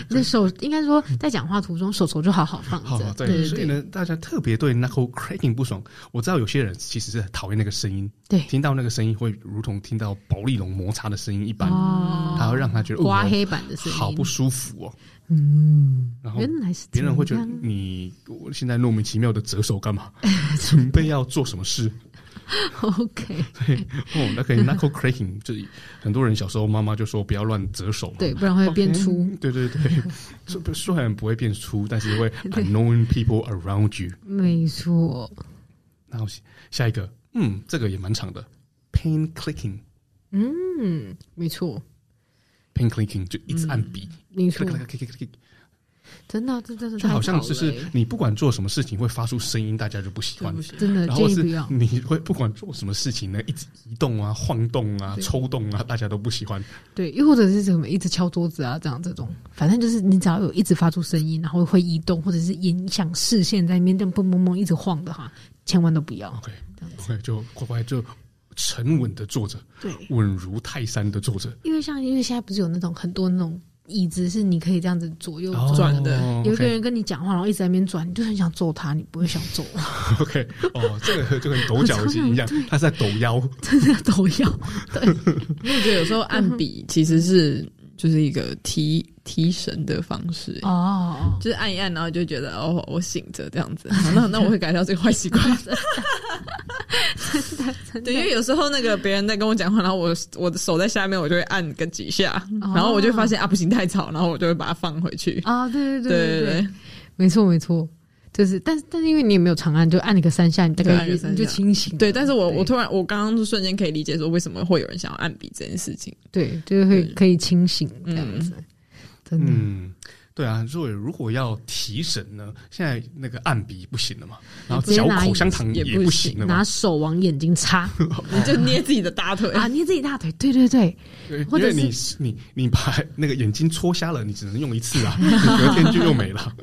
Speaker 6: 你的手应该说在讲话途中，手手就好好放
Speaker 4: 好
Speaker 6: 着。，
Speaker 4: 对，
Speaker 6: 对
Speaker 4: 所以
Speaker 6: 对
Speaker 4: 呢，大家特别对 knuckle cracking 不爽。我知道有些人其实是很讨厌那个声音，
Speaker 6: 对
Speaker 4: 听到那个声音会如同听到保丽龙摩擦的声音一般，
Speaker 6: 哦
Speaker 4: 它会让他觉得
Speaker 6: 刮
Speaker 4: 哦
Speaker 6: 黑板的声音，
Speaker 4: 好不舒服哦。嗯，然后
Speaker 6: 原来是这
Speaker 4: 别人会觉得
Speaker 6: 样
Speaker 4: 你我现在莫名其妙的折手干 嘛？准备要做什么事？
Speaker 6: OK，
Speaker 4: 哦，那可以 knuckle cracking，就是很多人小时候妈妈就说不要乱折手嘛。
Speaker 6: 对，不然会变粗。
Speaker 4: 嗯对对 对，虽虽然不会变粗，但是会 annoying people around you。
Speaker 6: 没错，
Speaker 4: 然后下下一个，嗯，这个也蛮长的，pain clicking，pain
Speaker 6: 嗯，没错，
Speaker 4: clicking 就一直按笔，
Speaker 6: 没
Speaker 4: 咔啦
Speaker 6: 错
Speaker 4: 咔，啦咔啦咔啦咔啦
Speaker 6: 真的，这真的
Speaker 4: 就
Speaker 6: 哦太
Speaker 4: 好像就
Speaker 6: 吵了
Speaker 4: 是
Speaker 6: 欸嗯
Speaker 4: 你不管做什么事情会发出声音，大家就不喜欢。
Speaker 6: 真的
Speaker 4: 然后
Speaker 6: 建议
Speaker 4: 是
Speaker 6: 不要。
Speaker 4: 你会不管做什么事情呢，一直移动啊、晃动啊、抽动啊，大家都不喜欢。
Speaker 6: 对，又或者是什么一直敲桌子啊，这样这种，反正就是你只要有一直发出声音，然后会移动，或者是影响视线，在那边这样蹦蹦蹦一直晃的话，千万都不要。
Speaker 4: OK OK，就乖乖就沉稳的坐着，
Speaker 6: 对，
Speaker 4: 稳如泰山的坐着，
Speaker 6: 因为像因为现在不是有那种很多那种椅子是你可以这样子左右转。
Speaker 7: 转的
Speaker 4: 哦
Speaker 6: 有一个
Speaker 4: OK
Speaker 6: 人跟你讲话，然后一直在那边转，你就很想揍他，你不会想揍，
Speaker 4: OK，哦，这个就跟抖脚机一 样，他是在抖腰。
Speaker 6: 真的都要。 嗯
Speaker 7: 因为我觉得有时候按笔其实是就是一个提提神的方式、欸
Speaker 6: 哦，
Speaker 7: 就是按一按，然后就觉得哦，我醒着这样 子。好那那我会改掉这个坏习惯。对，因为有时候那个别人在跟我讲话，然后我我的手在下面，我就会按个几下，
Speaker 6: 哦
Speaker 7: 然后我就会发现啊不行太吵，然后我就会把它放回去。
Speaker 6: 啊，对对
Speaker 7: 对
Speaker 6: 对
Speaker 7: 对
Speaker 6: 对
Speaker 7: 对，
Speaker 6: 没错没错，就是，但是但是因为你也没有长按，就按了个三下，你大
Speaker 7: 对
Speaker 6: 概
Speaker 7: 按个三
Speaker 6: 你就
Speaker 7: 下
Speaker 6: 清醒了。
Speaker 7: 对，但是我我突然我刚刚就瞬间可以理解说为什么会有人想要按笔这件事情。
Speaker 6: 对，嗯就是会可以清醒这样子，真的。
Speaker 4: 嗯，对啊，所以如果要提神呢，现在那个按笔不行了嘛，然后
Speaker 6: 直接
Speaker 4: 嚼
Speaker 6: 拿
Speaker 4: 口香糖
Speaker 7: 也
Speaker 4: 也
Speaker 7: 不
Speaker 4: 不
Speaker 7: 行
Speaker 4: 行了嘛
Speaker 6: 拿，手往眼睛 插
Speaker 7: 你就捏自己的大腿，
Speaker 6: 哎啊，捏自己大腿，对对对，
Speaker 4: 对因
Speaker 6: 或者
Speaker 4: 为你你你把那个眼睛戳瞎了，你只能用一次啊， 你隔天就又没 了。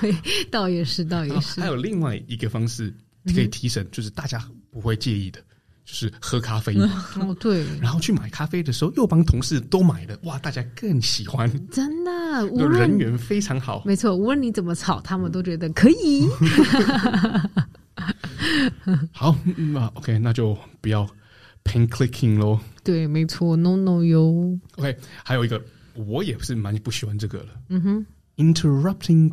Speaker 6: 对， 倒也是，倒也
Speaker 4: 然后
Speaker 6: 是
Speaker 4: 还，有另外一个方式可以提神，就是大家不会介意的，就是喝咖啡嘛。
Speaker 6: 哦，对，
Speaker 4: 然后去买咖啡的时候，又帮同事都买了，哇，大家更喜欢，
Speaker 6: 真的，无
Speaker 4: 就人
Speaker 6: 论
Speaker 4: 缘非常好。
Speaker 6: 没错，无论你怎么吵，他们都觉得可以。
Speaker 4: 嗯好，嗯那 OK，那就不要 pain clicking 咯。
Speaker 6: 对，没错，no no 哟，
Speaker 4: OK，还有一个，我也是蛮不喜欢这个的。嗯哼，interrupting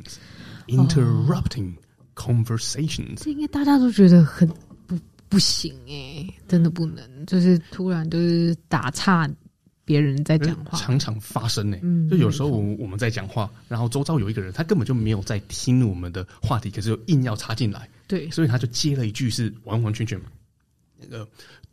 Speaker 6: 哦
Speaker 4: conversations，interrupting conversations，、
Speaker 6: 这应该大家都觉得很不不行哎、真的不能，就是突然就是打岔别人在讲话，嗯
Speaker 4: 常常发生呢、就有时候我我们在讲话，然后周遭有一个人，他根本就没有在听我们的话题，可是又硬要插进来，
Speaker 6: 对，
Speaker 4: 所以他就接了一句是完完全全那个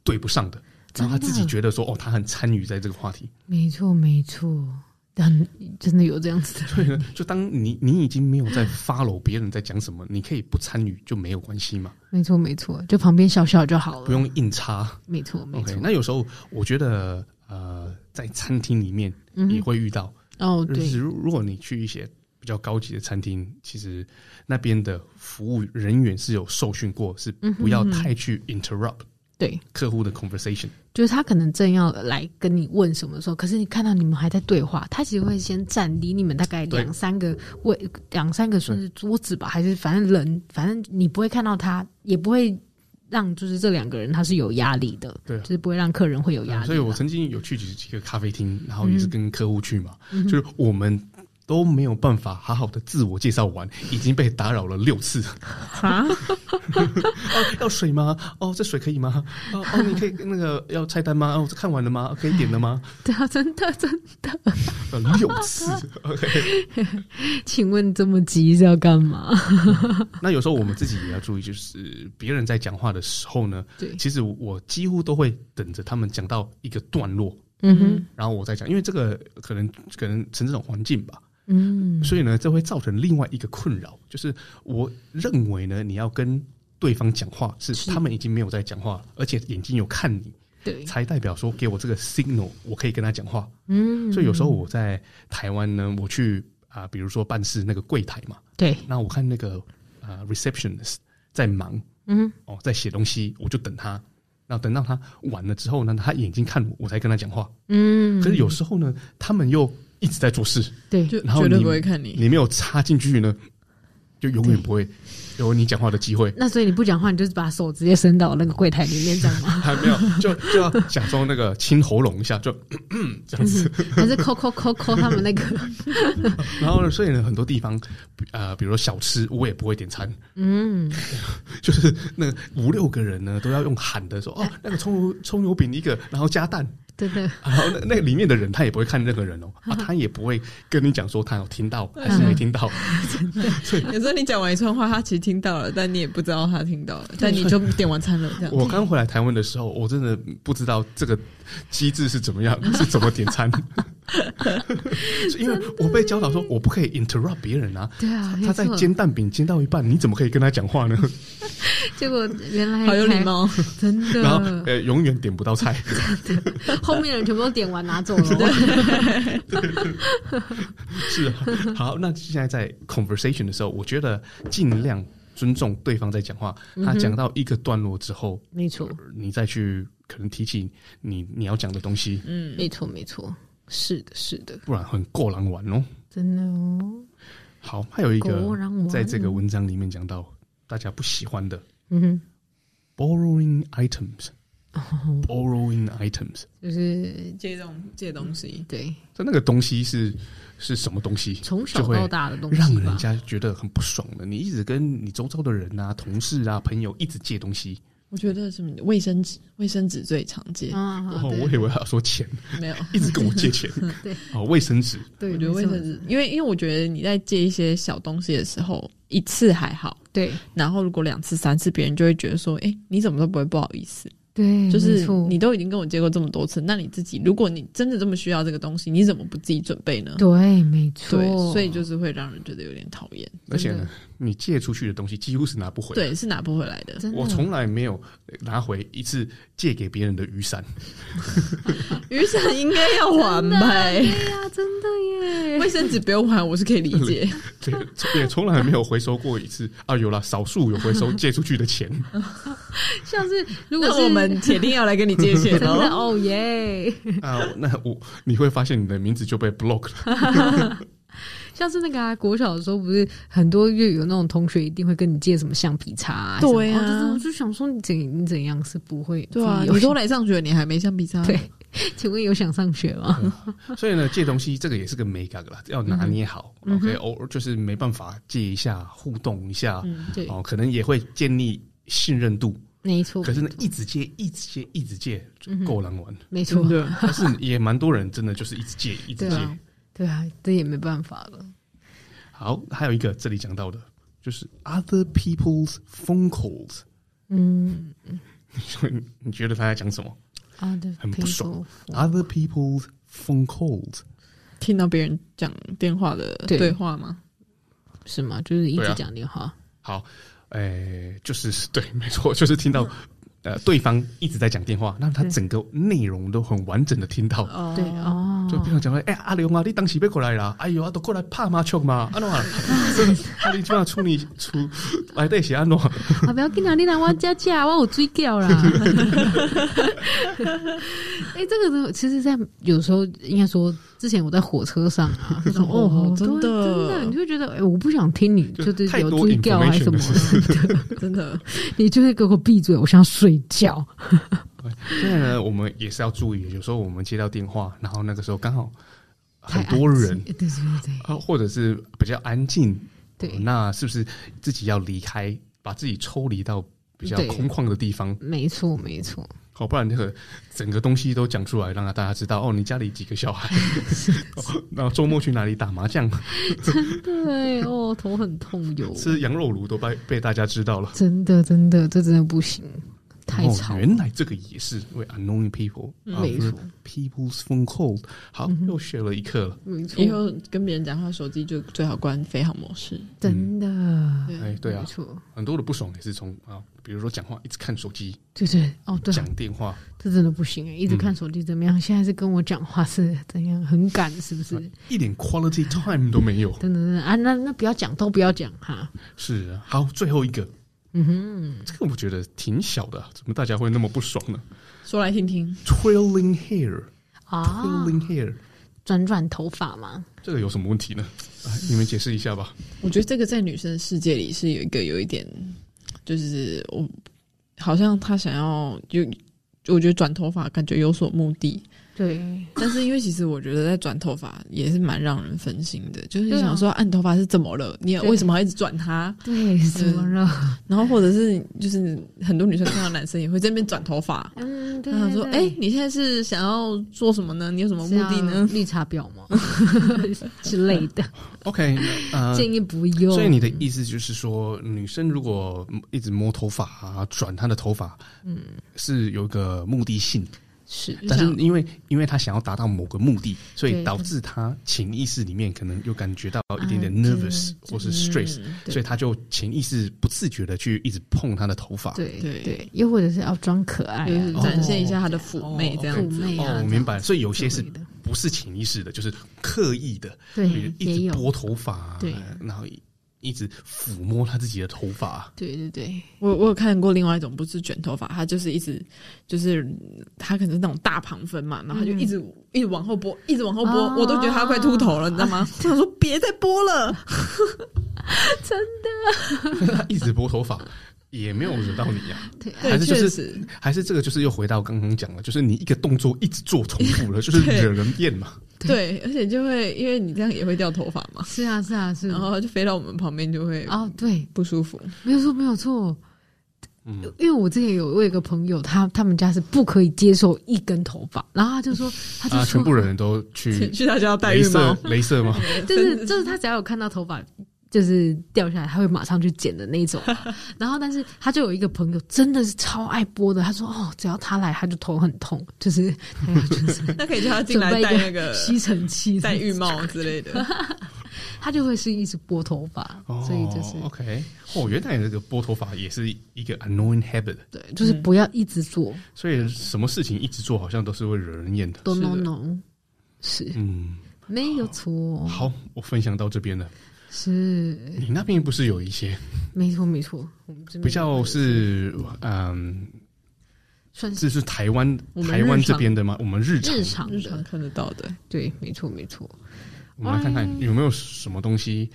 Speaker 4: 对不上的，然后他
Speaker 6: 真
Speaker 4: 自
Speaker 6: 的
Speaker 4: 己觉得说哦，他很参与在这个话题。
Speaker 6: 没错没错，很真的有这样子的
Speaker 4: 对，就当你你已经没有在 follow 别人在讲什么，你可以不参与就没有关系嘛，
Speaker 6: 没错，没错，就旁边笑笑就好了。
Speaker 4: 不用硬插。
Speaker 6: 没错，哦没
Speaker 4: OK，
Speaker 6: 错。
Speaker 4: 那有时候我觉得呃，在餐厅里面也会遇到，
Speaker 6: 嗯哦，
Speaker 4: 就
Speaker 6: 对
Speaker 4: 是，如如果你去一些比较高级的餐厅，其实那边的服务人员是有受训过，是不要太去 interrupt
Speaker 6: 对，
Speaker 4: 客户的 conversation。
Speaker 6: 就是他可能正要来跟你问什么的时候，可是你看到你们还在对话，他其实会先站离你们大概
Speaker 4: 对
Speaker 6: 两三个位，两三个算是桌子吧，还是反正人，反正你不会看到他，也不会让就是这两个人他是有压力的，
Speaker 4: 对啊
Speaker 6: 就是不会让客人会有压力。啊
Speaker 4: 所以我曾经有去几几个咖啡厅，然后也是跟客户去嘛，
Speaker 6: 嗯
Speaker 4: 就是我们都没有办法好好的自我介绍完，已经被打扰了六次。
Speaker 6: 啊，
Speaker 4: 哦，要水吗？哦，这水可以吗？哦哦，你可以那个要菜单吗？哦，这看完了吗？可以点了吗？
Speaker 6: 对啊，真的真的，
Speaker 4: 呃，六 次。OK，
Speaker 6: 请问这么急是要干嘛？
Speaker 4: 那有时候我们自己也要注意，就是别人在讲话的时候呢，
Speaker 6: 对，
Speaker 4: 其实我几乎都会等着他们讲到一个段落，
Speaker 6: 嗯哼，
Speaker 4: 然后我再讲，因为这个可能可能成这种环境吧，
Speaker 6: 嗯，
Speaker 4: 所以呢，这会造成另外一个困扰，就是我认为呢，你要跟对方讲话，是
Speaker 6: 是
Speaker 4: 他们已经没有在讲话了，而且眼睛有看你，
Speaker 6: 对，
Speaker 4: 才代表说给我这个 signal，我可以跟他讲话。
Speaker 6: 嗯，
Speaker 4: 所以有时候我在台湾呢，我去啊、比如说办事那个柜台嘛，
Speaker 6: 对，
Speaker 4: 那我看那个呃 receptionist 在忙，
Speaker 6: 嗯，
Speaker 4: 哦，在写东西，我就等他。然后等到他完了之后呢，他眼睛看我，我才跟他讲话。
Speaker 6: 嗯，
Speaker 4: 可是有时候呢，他们又一直在做事，
Speaker 6: 对，
Speaker 7: 就
Speaker 4: 然后
Speaker 7: 绝对
Speaker 4: 你
Speaker 7: 不会看你。
Speaker 4: 你没有插进去呢，就永远不会有你讲话的机会。
Speaker 6: 那所以你不讲话，你就是把手直接伸到那个柜台里面，这样吗？
Speaker 4: 还没有，就就要假装那个清喉咙一下，就这样子。
Speaker 6: 还是抠抠抠抠他们那 个？
Speaker 4: 然后呢，所以呢，很多地方，呃，比如说小吃，我也不会点餐，
Speaker 6: 嗯，
Speaker 4: 就是那个五六个人呢，都要用喊的说， 哦，那个葱油葱油饼一个，然后加蛋，
Speaker 6: 对对，
Speaker 4: 然后那那里面的人他也不会看任何人 哦，
Speaker 6: 嗯
Speaker 4: 啊，他也不会跟你讲说他有听到还是没听到，
Speaker 7: 有时候你讲完一串话，他其实听到了，但你也不知道他听到了，但你就点完餐了
Speaker 6: 嗯
Speaker 7: 这样。
Speaker 4: 我刚回来台湾的时候，我真的不知道这个机制是怎么 样，是怎么点餐。是因为我被教导说，我不可以 interrupt 别人啊。
Speaker 6: 对啊
Speaker 4: 他在
Speaker 6: 没错
Speaker 4: 煎蛋饼煎到一半，你怎么可以跟他讲话呢？
Speaker 6: 结果原来
Speaker 7: 好有礼貌，
Speaker 6: 才，真
Speaker 4: 然后
Speaker 6: 的。
Speaker 4: 呃，永远点不到菜。
Speaker 6: 后面的人全部都点完拿走 了，
Speaker 4: 是 啊，好，那现在在 conversation 的时候，我觉得尽量尊重对方在讲话。
Speaker 6: 嗯
Speaker 4: 他讲到一个段落之后，
Speaker 6: 没错，
Speaker 4: 你再去可能提起你你要讲的东西，
Speaker 6: 没错，没错，是的，是的，
Speaker 4: 不然很够难玩哦。
Speaker 6: 真的哦。
Speaker 4: 好，还有一
Speaker 7: 啊
Speaker 6: 狗
Speaker 4: 个
Speaker 6: 让我
Speaker 4: 在这个文章里面讲到大家不喜欢的
Speaker 6: 嗯哼，
Speaker 4: borrowing items。borrowing items，
Speaker 6: 就是
Speaker 7: 借东借东西，
Speaker 6: 对
Speaker 4: 这那个东西是是什么东西？
Speaker 6: 从小
Speaker 4: 就会
Speaker 6: 到大的东西吧
Speaker 4: 让人家觉得很不爽的。你一直跟你周遭的人啊、同事啊、朋友一直借东西。
Speaker 7: 我觉得什么卫生纸，卫生纸最常见，
Speaker 6: 啊，
Speaker 4: 哦，我以为他说钱，
Speaker 7: 没有。
Speaker 4: 一直跟我借钱。
Speaker 6: 对，
Speaker 4: 哦，卫生纸。
Speaker 6: 对，
Speaker 7: 我觉得
Speaker 6: 没
Speaker 7: 卫
Speaker 6: 错
Speaker 7: 生纸，因为因为我觉得你在借一些小东西的时候，一次还好，
Speaker 6: 对
Speaker 7: 然后如果两次、三次，别人就会觉得说，哎、你怎么都不会不好意思？
Speaker 6: 对，
Speaker 7: 就是
Speaker 6: 没
Speaker 7: 你都已经跟我借过这么多次，那你自己，如果你真的这么需要这个东西，你怎么不自己准备呢
Speaker 6: 错？对，没错，
Speaker 7: 对，所以就是会让人觉得有点讨厌。
Speaker 4: 而且呢，你借出去的东西几乎是拿不回。，
Speaker 7: 对，啊是拿不回来的。
Speaker 6: 真的
Speaker 4: 我从来没有呃拿回一次借给别人的雨伞。
Speaker 7: 雨伞应该要还呗，
Speaker 6: 对呀，真的耶，
Speaker 7: 卫生纸不用还，我是可以理解。
Speaker 4: 对，也从来没有回收过一次啊，有啦，少数有回收 借出去的钱，
Speaker 6: 像是如果
Speaker 7: 那
Speaker 6: 是
Speaker 7: 我们铁定要来跟你借钱
Speaker 6: 真的
Speaker 7: 哦。
Speaker 6: 哦耶，
Speaker 4: 啊，那我你会发现你的名字就被 block 了，
Speaker 6: 像是那个啊，国小的时候不是很多月有那种同学一定会跟你借什么橡皮擦、啊，
Speaker 7: 对啊
Speaker 6: 什么哦就是我就想说你怎你怎样是不会
Speaker 7: 对啊，
Speaker 6: 自己有
Speaker 7: 你都来上学，你还没橡皮擦？
Speaker 6: 对， 请问有想上学吗？
Speaker 4: 所以呢，借东西这个也是个美感啦，要拿捏好。OK，偶
Speaker 6: 嗯
Speaker 4: 尔就是没办法借一下，互动一下，
Speaker 7: 嗯
Speaker 6: 嗯对，
Speaker 4: 哦，可能也会建立信任度。
Speaker 6: 没错，
Speaker 4: 可是呢，一直借，一直借，一直借，
Speaker 6: 嗯
Speaker 4: 就够难玩。
Speaker 6: 没错
Speaker 7: 真，的。
Speaker 4: 但是也蛮多人真的就是一直借，一直
Speaker 6: 对啊
Speaker 4: 借。，
Speaker 6: 对啊，这也没办法了。
Speaker 4: 好，还有一个这里讲到的，就是 other people's phone calls。
Speaker 6: 嗯
Speaker 4: 你你觉得他在讲什么
Speaker 6: 啊，对，
Speaker 4: 很不爽
Speaker 6: people-
Speaker 4: ？Other people's phone calls。
Speaker 7: 听到别人讲电话的
Speaker 6: 对
Speaker 7: 对话吗？
Speaker 6: 是吗？就是一
Speaker 4: 对
Speaker 6: 直
Speaker 4: 啊
Speaker 6: 讲电话，
Speaker 4: 好，诶、就是对，没错，就是听到呃对方一直在讲电话，那他整个内容都很完整的听到。
Speaker 7: 哦
Speaker 6: 对哦，
Speaker 4: 就平常讲话，哎、阿龙啊，你当时别过来啦！哎呦，啊，都过来拍麻将嘛，安怎 啊？真的，啊，你怎样处理处来对是安怎？
Speaker 6: 啊，不要紧啊，你来我家家，我有追掉啦。 哎、这个其实，在有时候应该说，之前我在火车上啊， 那种哦，好多
Speaker 7: 真的
Speaker 6: 真的，你就觉得，哎、我不想听你，
Speaker 4: 就
Speaker 6: 就是
Speaker 4: 太
Speaker 6: 有
Speaker 4: 多
Speaker 6: 追掉还是什么
Speaker 4: information
Speaker 6: 的，
Speaker 7: 真的，
Speaker 6: 你就是给我闭嘴，我想睡觉。
Speaker 4: 现在呢，我们也是要注意，有时候我们接到电话，然后那个时候刚 好很多人
Speaker 6: 太安静对对对
Speaker 4: 啊，或者是比较安静，
Speaker 6: 对
Speaker 4: 哦那是不是自己要离开，把自己抽离到比较
Speaker 6: 对
Speaker 4: 空旷的地方？
Speaker 6: 对，没错没错，
Speaker 4: 好，不然那个整个东西都讲出来，让大家知道哦，你家里几个 小孩，哦然后周末去哪里打麻将，
Speaker 6: 对哦，头很痛哟，
Speaker 4: 吃羊肉炉都被被大家知道了。
Speaker 6: 真的真的，这真的不行，太
Speaker 4: 哦
Speaker 6: 吵了。嗯
Speaker 4: 原来这个也是为 annoying people，、啊
Speaker 6: 没
Speaker 4: 不是
Speaker 6: 错嗯
Speaker 4: people's phone call。好，又学了一课了。
Speaker 6: 没错
Speaker 7: 以，后跟别人讲话，手机就最好关飞行模式。
Speaker 6: 真的，
Speaker 4: 哎，对啊
Speaker 6: 没，错，
Speaker 4: 很多的不爽也是从啊，比如说讲话一直看手机，
Speaker 6: 对对哦，对啊，
Speaker 4: 讲电话，
Speaker 6: 这真的不行哎，一直看手机怎么样？现在是跟我讲话是怎样？很赶是不是？
Speaker 4: 一点 quality time 都没有。
Speaker 6: 等等等啊，那那不要讲，都不要讲哈。
Speaker 4: 是啊，好，最后一个，嗯哼，这个我觉得挺小的啊，怎么大家会那么不爽呢
Speaker 7: 说来听听，
Speaker 4: ？Twirling hair，twirling
Speaker 6: 啊，
Speaker 4: hair，
Speaker 6: 转转头发嘛，
Speaker 4: 这个有什么问题呢？啊你们解释一下吧。
Speaker 7: 我觉得这个在女生的世界里是有一个有一点，就是我好像她想要就。我觉得转头发感觉有所目的，
Speaker 6: 对，
Speaker 7: 但是因为其实我觉得在转头发也是蛮让人分心的，就是
Speaker 6: 对啊
Speaker 7: 想说按头发是怎么了？你
Speaker 6: 对
Speaker 7: 为什么要一直转它？
Speaker 6: 对，怎么了？
Speaker 7: 然后或者是就是很多女生看到男生也会在那边转头发，
Speaker 6: 嗯，对
Speaker 7: 然后想说哎、诶你现在是想要做什么呢？你有什么目的呢？
Speaker 6: 绿茶婊吗 之类的，
Speaker 4: OK，呃，
Speaker 6: 建议不用。
Speaker 4: 所以你的意思就是说，女生如果一直摸头发啊，转她的头发，嗯，是有一个目的性，
Speaker 6: 是
Speaker 4: 但是因为因为她想要达到某个目的，所以
Speaker 6: 对
Speaker 4: 导致她潜意识里面可能有感觉到一点点
Speaker 6: 啊对
Speaker 4: nervous 或是 stress，
Speaker 7: 嗯
Speaker 4: 所以她就潜意识不自觉的去一直碰她的头发。
Speaker 6: 对
Speaker 7: 对
Speaker 6: 对，又或者是要装可爱
Speaker 7: 就是
Speaker 6: 啊，
Speaker 7: 展现一下她的妩媚这样
Speaker 6: 妩
Speaker 7: 子。
Speaker 6: 媚
Speaker 4: 哦，
Speaker 6: 啊
Speaker 4: 我
Speaker 6: 这
Speaker 4: 明
Speaker 6: 样
Speaker 4: 白了。所以有些
Speaker 6: 之
Speaker 4: 是
Speaker 6: 类的
Speaker 4: 不是潜意识的，就是刻意的，
Speaker 6: 对
Speaker 4: 比如
Speaker 6: 也
Speaker 4: 一
Speaker 6: 有
Speaker 4: 直拨头发啊，
Speaker 6: 对
Speaker 4: 然后一一直抚摸她自己的头发。啊
Speaker 6: 对对对，
Speaker 7: 我我有看过另外一种，不是卷头发，她就是一直就是她可能是那种大旁分嘛，然后她就
Speaker 6: 嗯
Speaker 7: 一直、一直往后拨，一直往后拨，
Speaker 6: 哦
Speaker 7: 我都觉得她快秃头了，你知道吗？我想说别再拨了，
Speaker 4: 他一直拨头发也没有惹到你呀、
Speaker 6: 对
Speaker 4: 啊，还是就
Speaker 7: 确
Speaker 4: 是
Speaker 7: 实
Speaker 4: 还是这个就是又回到刚刚讲了，就是你一个动作一直做重复了，就是惹人厌嘛。
Speaker 7: 对，而且就会因为你这样也会掉头发嘛，
Speaker 6: 是啊是啊是。
Speaker 7: 然后她就飞到我们旁边就会
Speaker 6: 哦，对，
Speaker 7: 不舒服。
Speaker 6: 没有错，没有错。
Speaker 4: 嗯
Speaker 6: 因为我之前有我有一个朋友，他他们家是不可以接受一根头发，然后 他就说，他就
Speaker 4: 啊，
Speaker 6: 说，
Speaker 4: 全部人都
Speaker 6: 嗯
Speaker 4: 去
Speaker 7: 去她家戴
Speaker 4: 镭
Speaker 7: 浴
Speaker 4: 射
Speaker 7: 帽，哎
Speaker 4: 镭射吗？
Speaker 6: 就是就是他只要有看到头发就是掉下来，他会马上去捡的那一种 啊、然后，但是他就有一个朋友真的是超爱拨的，他说哦，只要他来，他就头很痛，就是 他要就是
Speaker 7: 那可以叫她进
Speaker 6: 准
Speaker 7: 来
Speaker 6: 备一
Speaker 7: 戴那个
Speaker 6: 吸尘器，
Speaker 7: 戴浴帽之类的。
Speaker 6: 他就会是一直拨头发，
Speaker 4: 哦
Speaker 6: 所以就是。
Speaker 4: OK，哦，原来这个拨头发也是一个 annoying habit，
Speaker 6: 对，就是不要一直做、
Speaker 4: 所以什么事情一直做好像都是会惹人厌的。
Speaker 6: d o no no，是
Speaker 4: 嗯，
Speaker 6: 没有错，
Speaker 4: 好，我分享到这边了。
Speaker 6: 是
Speaker 4: 你那边不是有一些
Speaker 6: 没错没错，我们这边
Speaker 4: 比较是嗯，
Speaker 6: 算是
Speaker 4: 这是台湾
Speaker 7: 我们日
Speaker 4: 台湾这
Speaker 7: 常
Speaker 4: 边的吗？我们日常
Speaker 6: 日常
Speaker 7: 日常
Speaker 6: 的，哦
Speaker 7: 看得到的，
Speaker 6: 对，没错没错，
Speaker 4: 我们来看
Speaker 6: 嗯
Speaker 4: 看有没有什么东西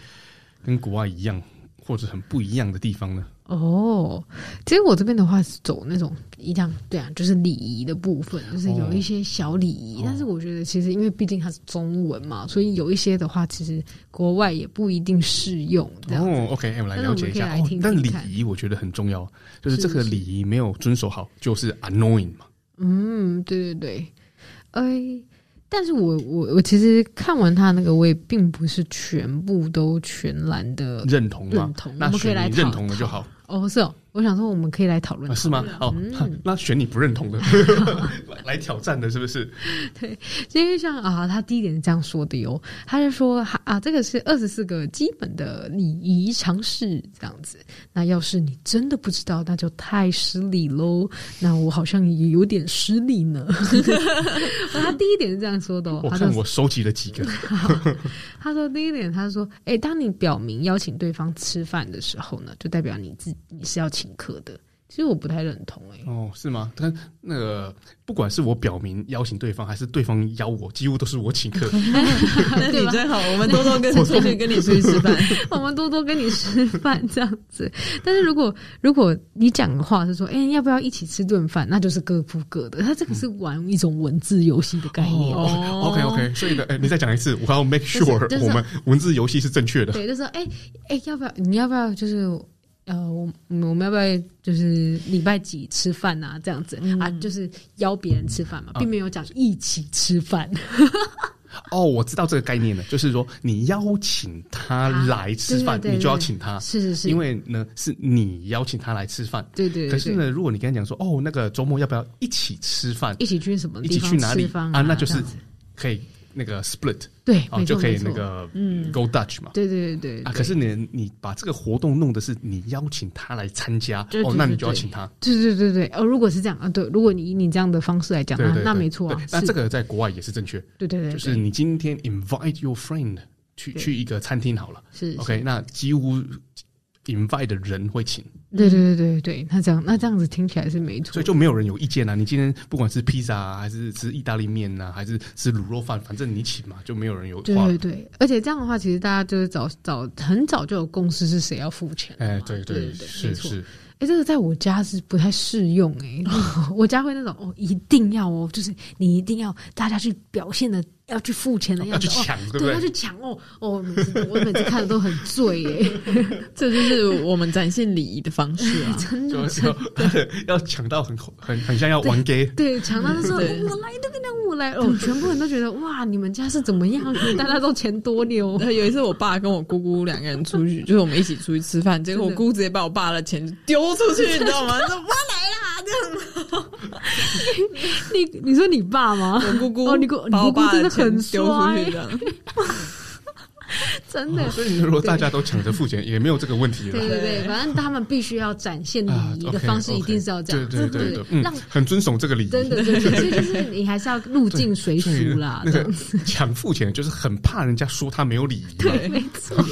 Speaker 4: 跟国外一样，或者很不一样的地方呢？
Speaker 6: 哦，其实我这边的话是走那种一样，对啊，就是礼仪的部分，就是有一些小礼
Speaker 4: 哦
Speaker 6: 仪。但是我觉得，其实因为毕竟它是中文嘛，所以有一些的话，其实国外也不一定适用这样子。
Speaker 4: 哦，OK，哎我们来
Speaker 6: 但是
Speaker 4: 了解一
Speaker 6: 我
Speaker 4: 下。
Speaker 6: 们可以来
Speaker 4: 哦
Speaker 6: 听听，
Speaker 4: 但礼
Speaker 6: 看
Speaker 4: 仪我觉得很重要，就是
Speaker 6: 是
Speaker 4: 这个
Speaker 6: 是
Speaker 4: 礼仪没有遵守好，就是 annoying 嘛。
Speaker 6: 嗯，对对对，哎、但是我我我其实看完他那个，我也并不是全部都全然的
Speaker 4: 认同吗
Speaker 6: 呃认？同。
Speaker 4: 那
Speaker 6: 我们可以
Speaker 4: 选
Speaker 6: 来
Speaker 4: 你
Speaker 6: 讨
Speaker 4: 认同的就好，啊
Speaker 6: 哦，是哦，我想说我们可以来讨论、
Speaker 4: 啊是吗？哦，哈那选你不认同的，来挑战的，是不是？
Speaker 6: 因为像啊，他第一点是这样说的哟，他就说哈啊，这个是二十四个基本的礼仪常识这样子。那要是你真的不知道，那就太失礼喽。那我好像也有点失 礼呢。他第一点是这样说的、哦，
Speaker 4: 我
Speaker 6: 他
Speaker 4: 看
Speaker 6: 就
Speaker 4: 我收集了几个，
Speaker 6: 他说第一点，他说，哎、当你表明邀请对方吃饭的时候呢，就代表你自你是要请客的。其实我不太认同、哎，
Speaker 4: 哦，是吗？但那个不管是我表明邀请对方，还是对方邀我，几乎都是我请客。
Speaker 7: 那你真好，我们多 多跟出去跟你出去吃饭。
Speaker 6: 我们多多跟你吃饭这样子。但是如果如果你讲的话是说，哎、要不要一起吃顿饭？那就是各付各的。他这个是玩一种文字游戏的概念。
Speaker 4: 哦，OK OK，所以呢，哎、你再讲一次，我要 make
Speaker 6: 就是
Speaker 4: sure
Speaker 6: 就是
Speaker 4: 我们文字游戏是正确的。
Speaker 6: 对，就说哎哎、要不要？你要不要？就是呃，我嗯我们要不要就是礼拜几吃饭啊？这样子、
Speaker 4: 嗯
Speaker 6: 啊，就是邀别人吃饭嘛，并没有讲一起吃饭。
Speaker 4: 哦，我知道这个概念了，就是说你邀请他来吃饭，
Speaker 6: 对对对
Speaker 4: 你就要请他，
Speaker 6: 是是是，
Speaker 4: 因为呢是你邀请他来吃饭。
Speaker 6: 对对对，
Speaker 4: 可是
Speaker 6: 对，
Speaker 4: 呢，如果你跟他讲说，哦，那个周末要不要一起吃饭，
Speaker 6: 一起去什么
Speaker 4: 一
Speaker 6: 地
Speaker 4: 起
Speaker 6: 方
Speaker 4: 去哪里啊
Speaker 6: 吃饭啊
Speaker 4: 那就
Speaker 6: 这
Speaker 4: 是
Speaker 6: 样子
Speaker 4: 可以那个 split
Speaker 6: 对，
Speaker 4: 啊，
Speaker 6: 没
Speaker 4: 就
Speaker 6: 错
Speaker 4: 可以
Speaker 6: 没错
Speaker 4: 那个嗯 go Dutch 嘛。
Speaker 6: 对对对对
Speaker 4: 啊，可是你你把这个活动弄的是你邀请他来参加，
Speaker 6: 对对
Speaker 4: 哦，那你
Speaker 6: 对
Speaker 4: 就要
Speaker 6: 对
Speaker 4: 请他。
Speaker 6: 对对对对，哦，如果是这样啊，对，如果你以你这样的方式来讲，
Speaker 4: 对对
Speaker 6: 那
Speaker 4: 对，
Speaker 6: 那没错啊
Speaker 4: 对，那
Speaker 6: 是
Speaker 4: 这个在国外也是正确，
Speaker 6: 对对对，
Speaker 4: 就是
Speaker 6: 对
Speaker 4: 你今天 invite your friend 去去一个餐厅好了
Speaker 6: 是是
Speaker 4: ，OK，那几乎 invite 的人会请，
Speaker 6: 对对对对对，那这样那这样子听起来是没错，
Speaker 4: 所以就没有人有意见啊。你今天不管是披萨啊，还是吃意大利面啊，还是吃卤肉饭，反正你请嘛，就没有人有
Speaker 6: 对
Speaker 4: 话了
Speaker 6: 对。对，而且这样的话，其实大家就是早早很早就有共识是谁要付钱了嘛，
Speaker 4: 哎，对
Speaker 6: 对对，没
Speaker 4: 是
Speaker 6: 错。
Speaker 4: 是，
Speaker 6: 哎、这个在我家是不太适用哎、我家会那种哦，一定要哦，就是你一定要大家去表现的，要去付钱的
Speaker 4: 要
Speaker 6: 样子，
Speaker 4: 去抢
Speaker 6: 哦，
Speaker 4: 对不
Speaker 6: 对，
Speaker 4: 对
Speaker 6: 要去抢哦哦，每次我每次看的都很醉哎、
Speaker 7: 这就是我们展现礼仪的方式 啊！
Speaker 6: 真
Speaker 4: 就
Speaker 6: 的真的
Speaker 4: 就 要抢到很很很像要玩 gay，
Speaker 6: 对，强大就说哎
Speaker 7: 对
Speaker 6: 我来，对不对？我来哦，全部人都觉得哇，你们家是怎么样？ 大家都钱多牛
Speaker 7: 然。后有一次，我爸跟我姑姑两个人 出去，就是我们一起出去吃饭，结果我
Speaker 6: 真的
Speaker 7: 姑姑直接把我爸的钱丢出去，你知 道吗？说哇
Speaker 6: 你你说你爸吗？
Speaker 7: 我姑姑
Speaker 6: 哦，你姑你
Speaker 7: 把我
Speaker 6: 姑姑
Speaker 7: 爸
Speaker 6: 真
Speaker 7: 的
Speaker 6: 的
Speaker 7: 钱
Speaker 6: 很
Speaker 7: 丢出
Speaker 6: 衰
Speaker 7: 去，这样。
Speaker 6: 真 的。
Speaker 4: 所以如果大家都抢着付钱，也没有这个问题
Speaker 6: 对
Speaker 4: 了。
Speaker 6: 哦对对，反正他们必须要展现礼
Speaker 4: 啊
Speaker 6: 仪的
Speaker 4: ，OK，
Speaker 6: 方式，一
Speaker 4: OK，
Speaker 6: 定是要这样。
Speaker 4: 对对对
Speaker 6: 对
Speaker 4: 对，嗯
Speaker 6: 让，
Speaker 4: 很遵守这个礼仪。啊
Speaker 6: 真的真的，所以就是你还是要入境随俗
Speaker 4: 所以
Speaker 6: 啦，
Speaker 4: 那
Speaker 6: 这
Speaker 4: 个
Speaker 6: 样子。
Speaker 4: 抢付钱就是 很怕人家说他没有啊礼仪嘛。
Speaker 6: 没错，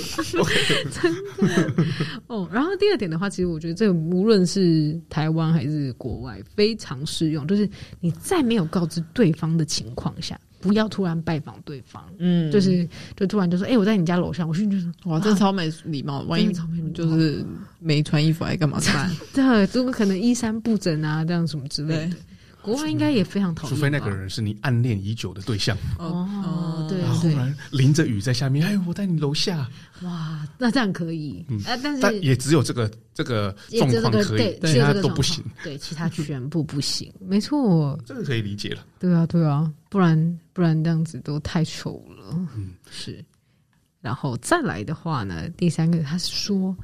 Speaker 6: 真的哦。然后第二点的话，其实我觉得这个无论是台湾还是国外，非常适用，就是你在没有告知对方的情况下，不要突然拜访对方，
Speaker 7: 嗯，
Speaker 6: 就是就突然就说：“哎、我在你家楼下。”我去就是啊
Speaker 7: 哇，这超没礼 貌，万一
Speaker 6: 真的超没礼貌
Speaker 7: 就是没穿衣服还干嘛怎么办？
Speaker 6: 这如果可能衣衫不整啊，这样什么之类
Speaker 7: 对
Speaker 6: 的，国外应该也非常讨厌
Speaker 4: 除
Speaker 6: 吧，
Speaker 4: 非那个人是你暗恋已久的对象，
Speaker 6: 哦，对
Speaker 4: 然后忽
Speaker 6: 对，
Speaker 4: 然淋着雨在下面，哎，我在你楼下，
Speaker 6: 哇，那这样可以，啊、但是
Speaker 4: 但也只有这个这个
Speaker 6: 也
Speaker 4: 状
Speaker 6: 只有这
Speaker 4: 况
Speaker 6: 个
Speaker 4: 可
Speaker 6: 对
Speaker 4: 以，，
Speaker 6: 只
Speaker 4: 其
Speaker 6: 有
Speaker 4: 他
Speaker 6: 这个
Speaker 4: 都
Speaker 6: 状
Speaker 4: 不
Speaker 6: 况
Speaker 4: 行，，
Speaker 6: 对，其他全部不行，没错。
Speaker 4: 这个可以理解了。
Speaker 6: 对啊，对啊，不然不然这样子都太丑了。嗯，是。然后再来的话呢，第三个他是说，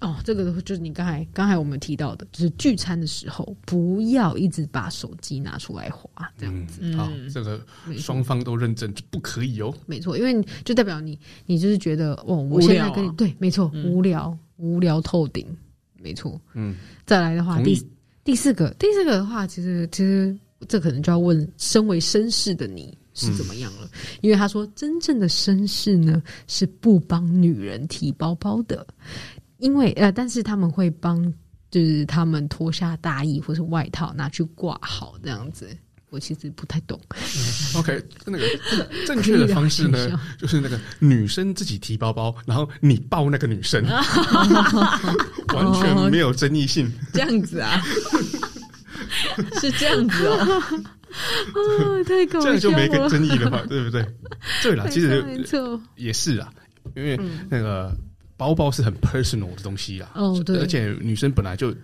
Speaker 6: 哦，这个就是你刚才刚才我们提到的，就是聚餐的时候不要一直把手机拿出来划，这样、
Speaker 4: 嗯，好，这个双方都认证就不可以哦。
Speaker 6: 没错，因为就代表你你就是觉得哦，我
Speaker 7: 无
Speaker 6: 现
Speaker 7: 聊
Speaker 6: 在跟你、
Speaker 7: 啊
Speaker 6: 对，没错，无聊无聊透顶，没错。
Speaker 4: 嗯，
Speaker 6: 再来的话，
Speaker 4: 同
Speaker 6: 第
Speaker 4: 意
Speaker 6: 第四个，第四个的话，其实其实这可能就要问，身为绅士的你是怎么
Speaker 4: 嗯
Speaker 6: 样了？因为他说，真正的绅士呢是不帮女人提包包的，因为呃，但是他们会帮，就是他们脱下大衣或是外套拿去挂好这样子。我其实不太懂，
Speaker 4: OK，那 个正确的方式
Speaker 6: 可以啊
Speaker 4: 呢
Speaker 6: 了，
Speaker 4: 就是那个女生自己提包包，然后你抱那个女 生，完全没有争议性。
Speaker 7: 这样 子啊，是这样子哦，
Speaker 6: 啊，太搞
Speaker 4: 这样
Speaker 6: 笑
Speaker 4: 就没个
Speaker 6: 了。
Speaker 4: 争议了嘛，对不对？对啦，其
Speaker 6: 没
Speaker 4: 实
Speaker 6: 错，
Speaker 4: 也是啊，因为那个包包是很 personal 的东西啦，
Speaker 6: 嗯哦对
Speaker 4: 而且女生本来就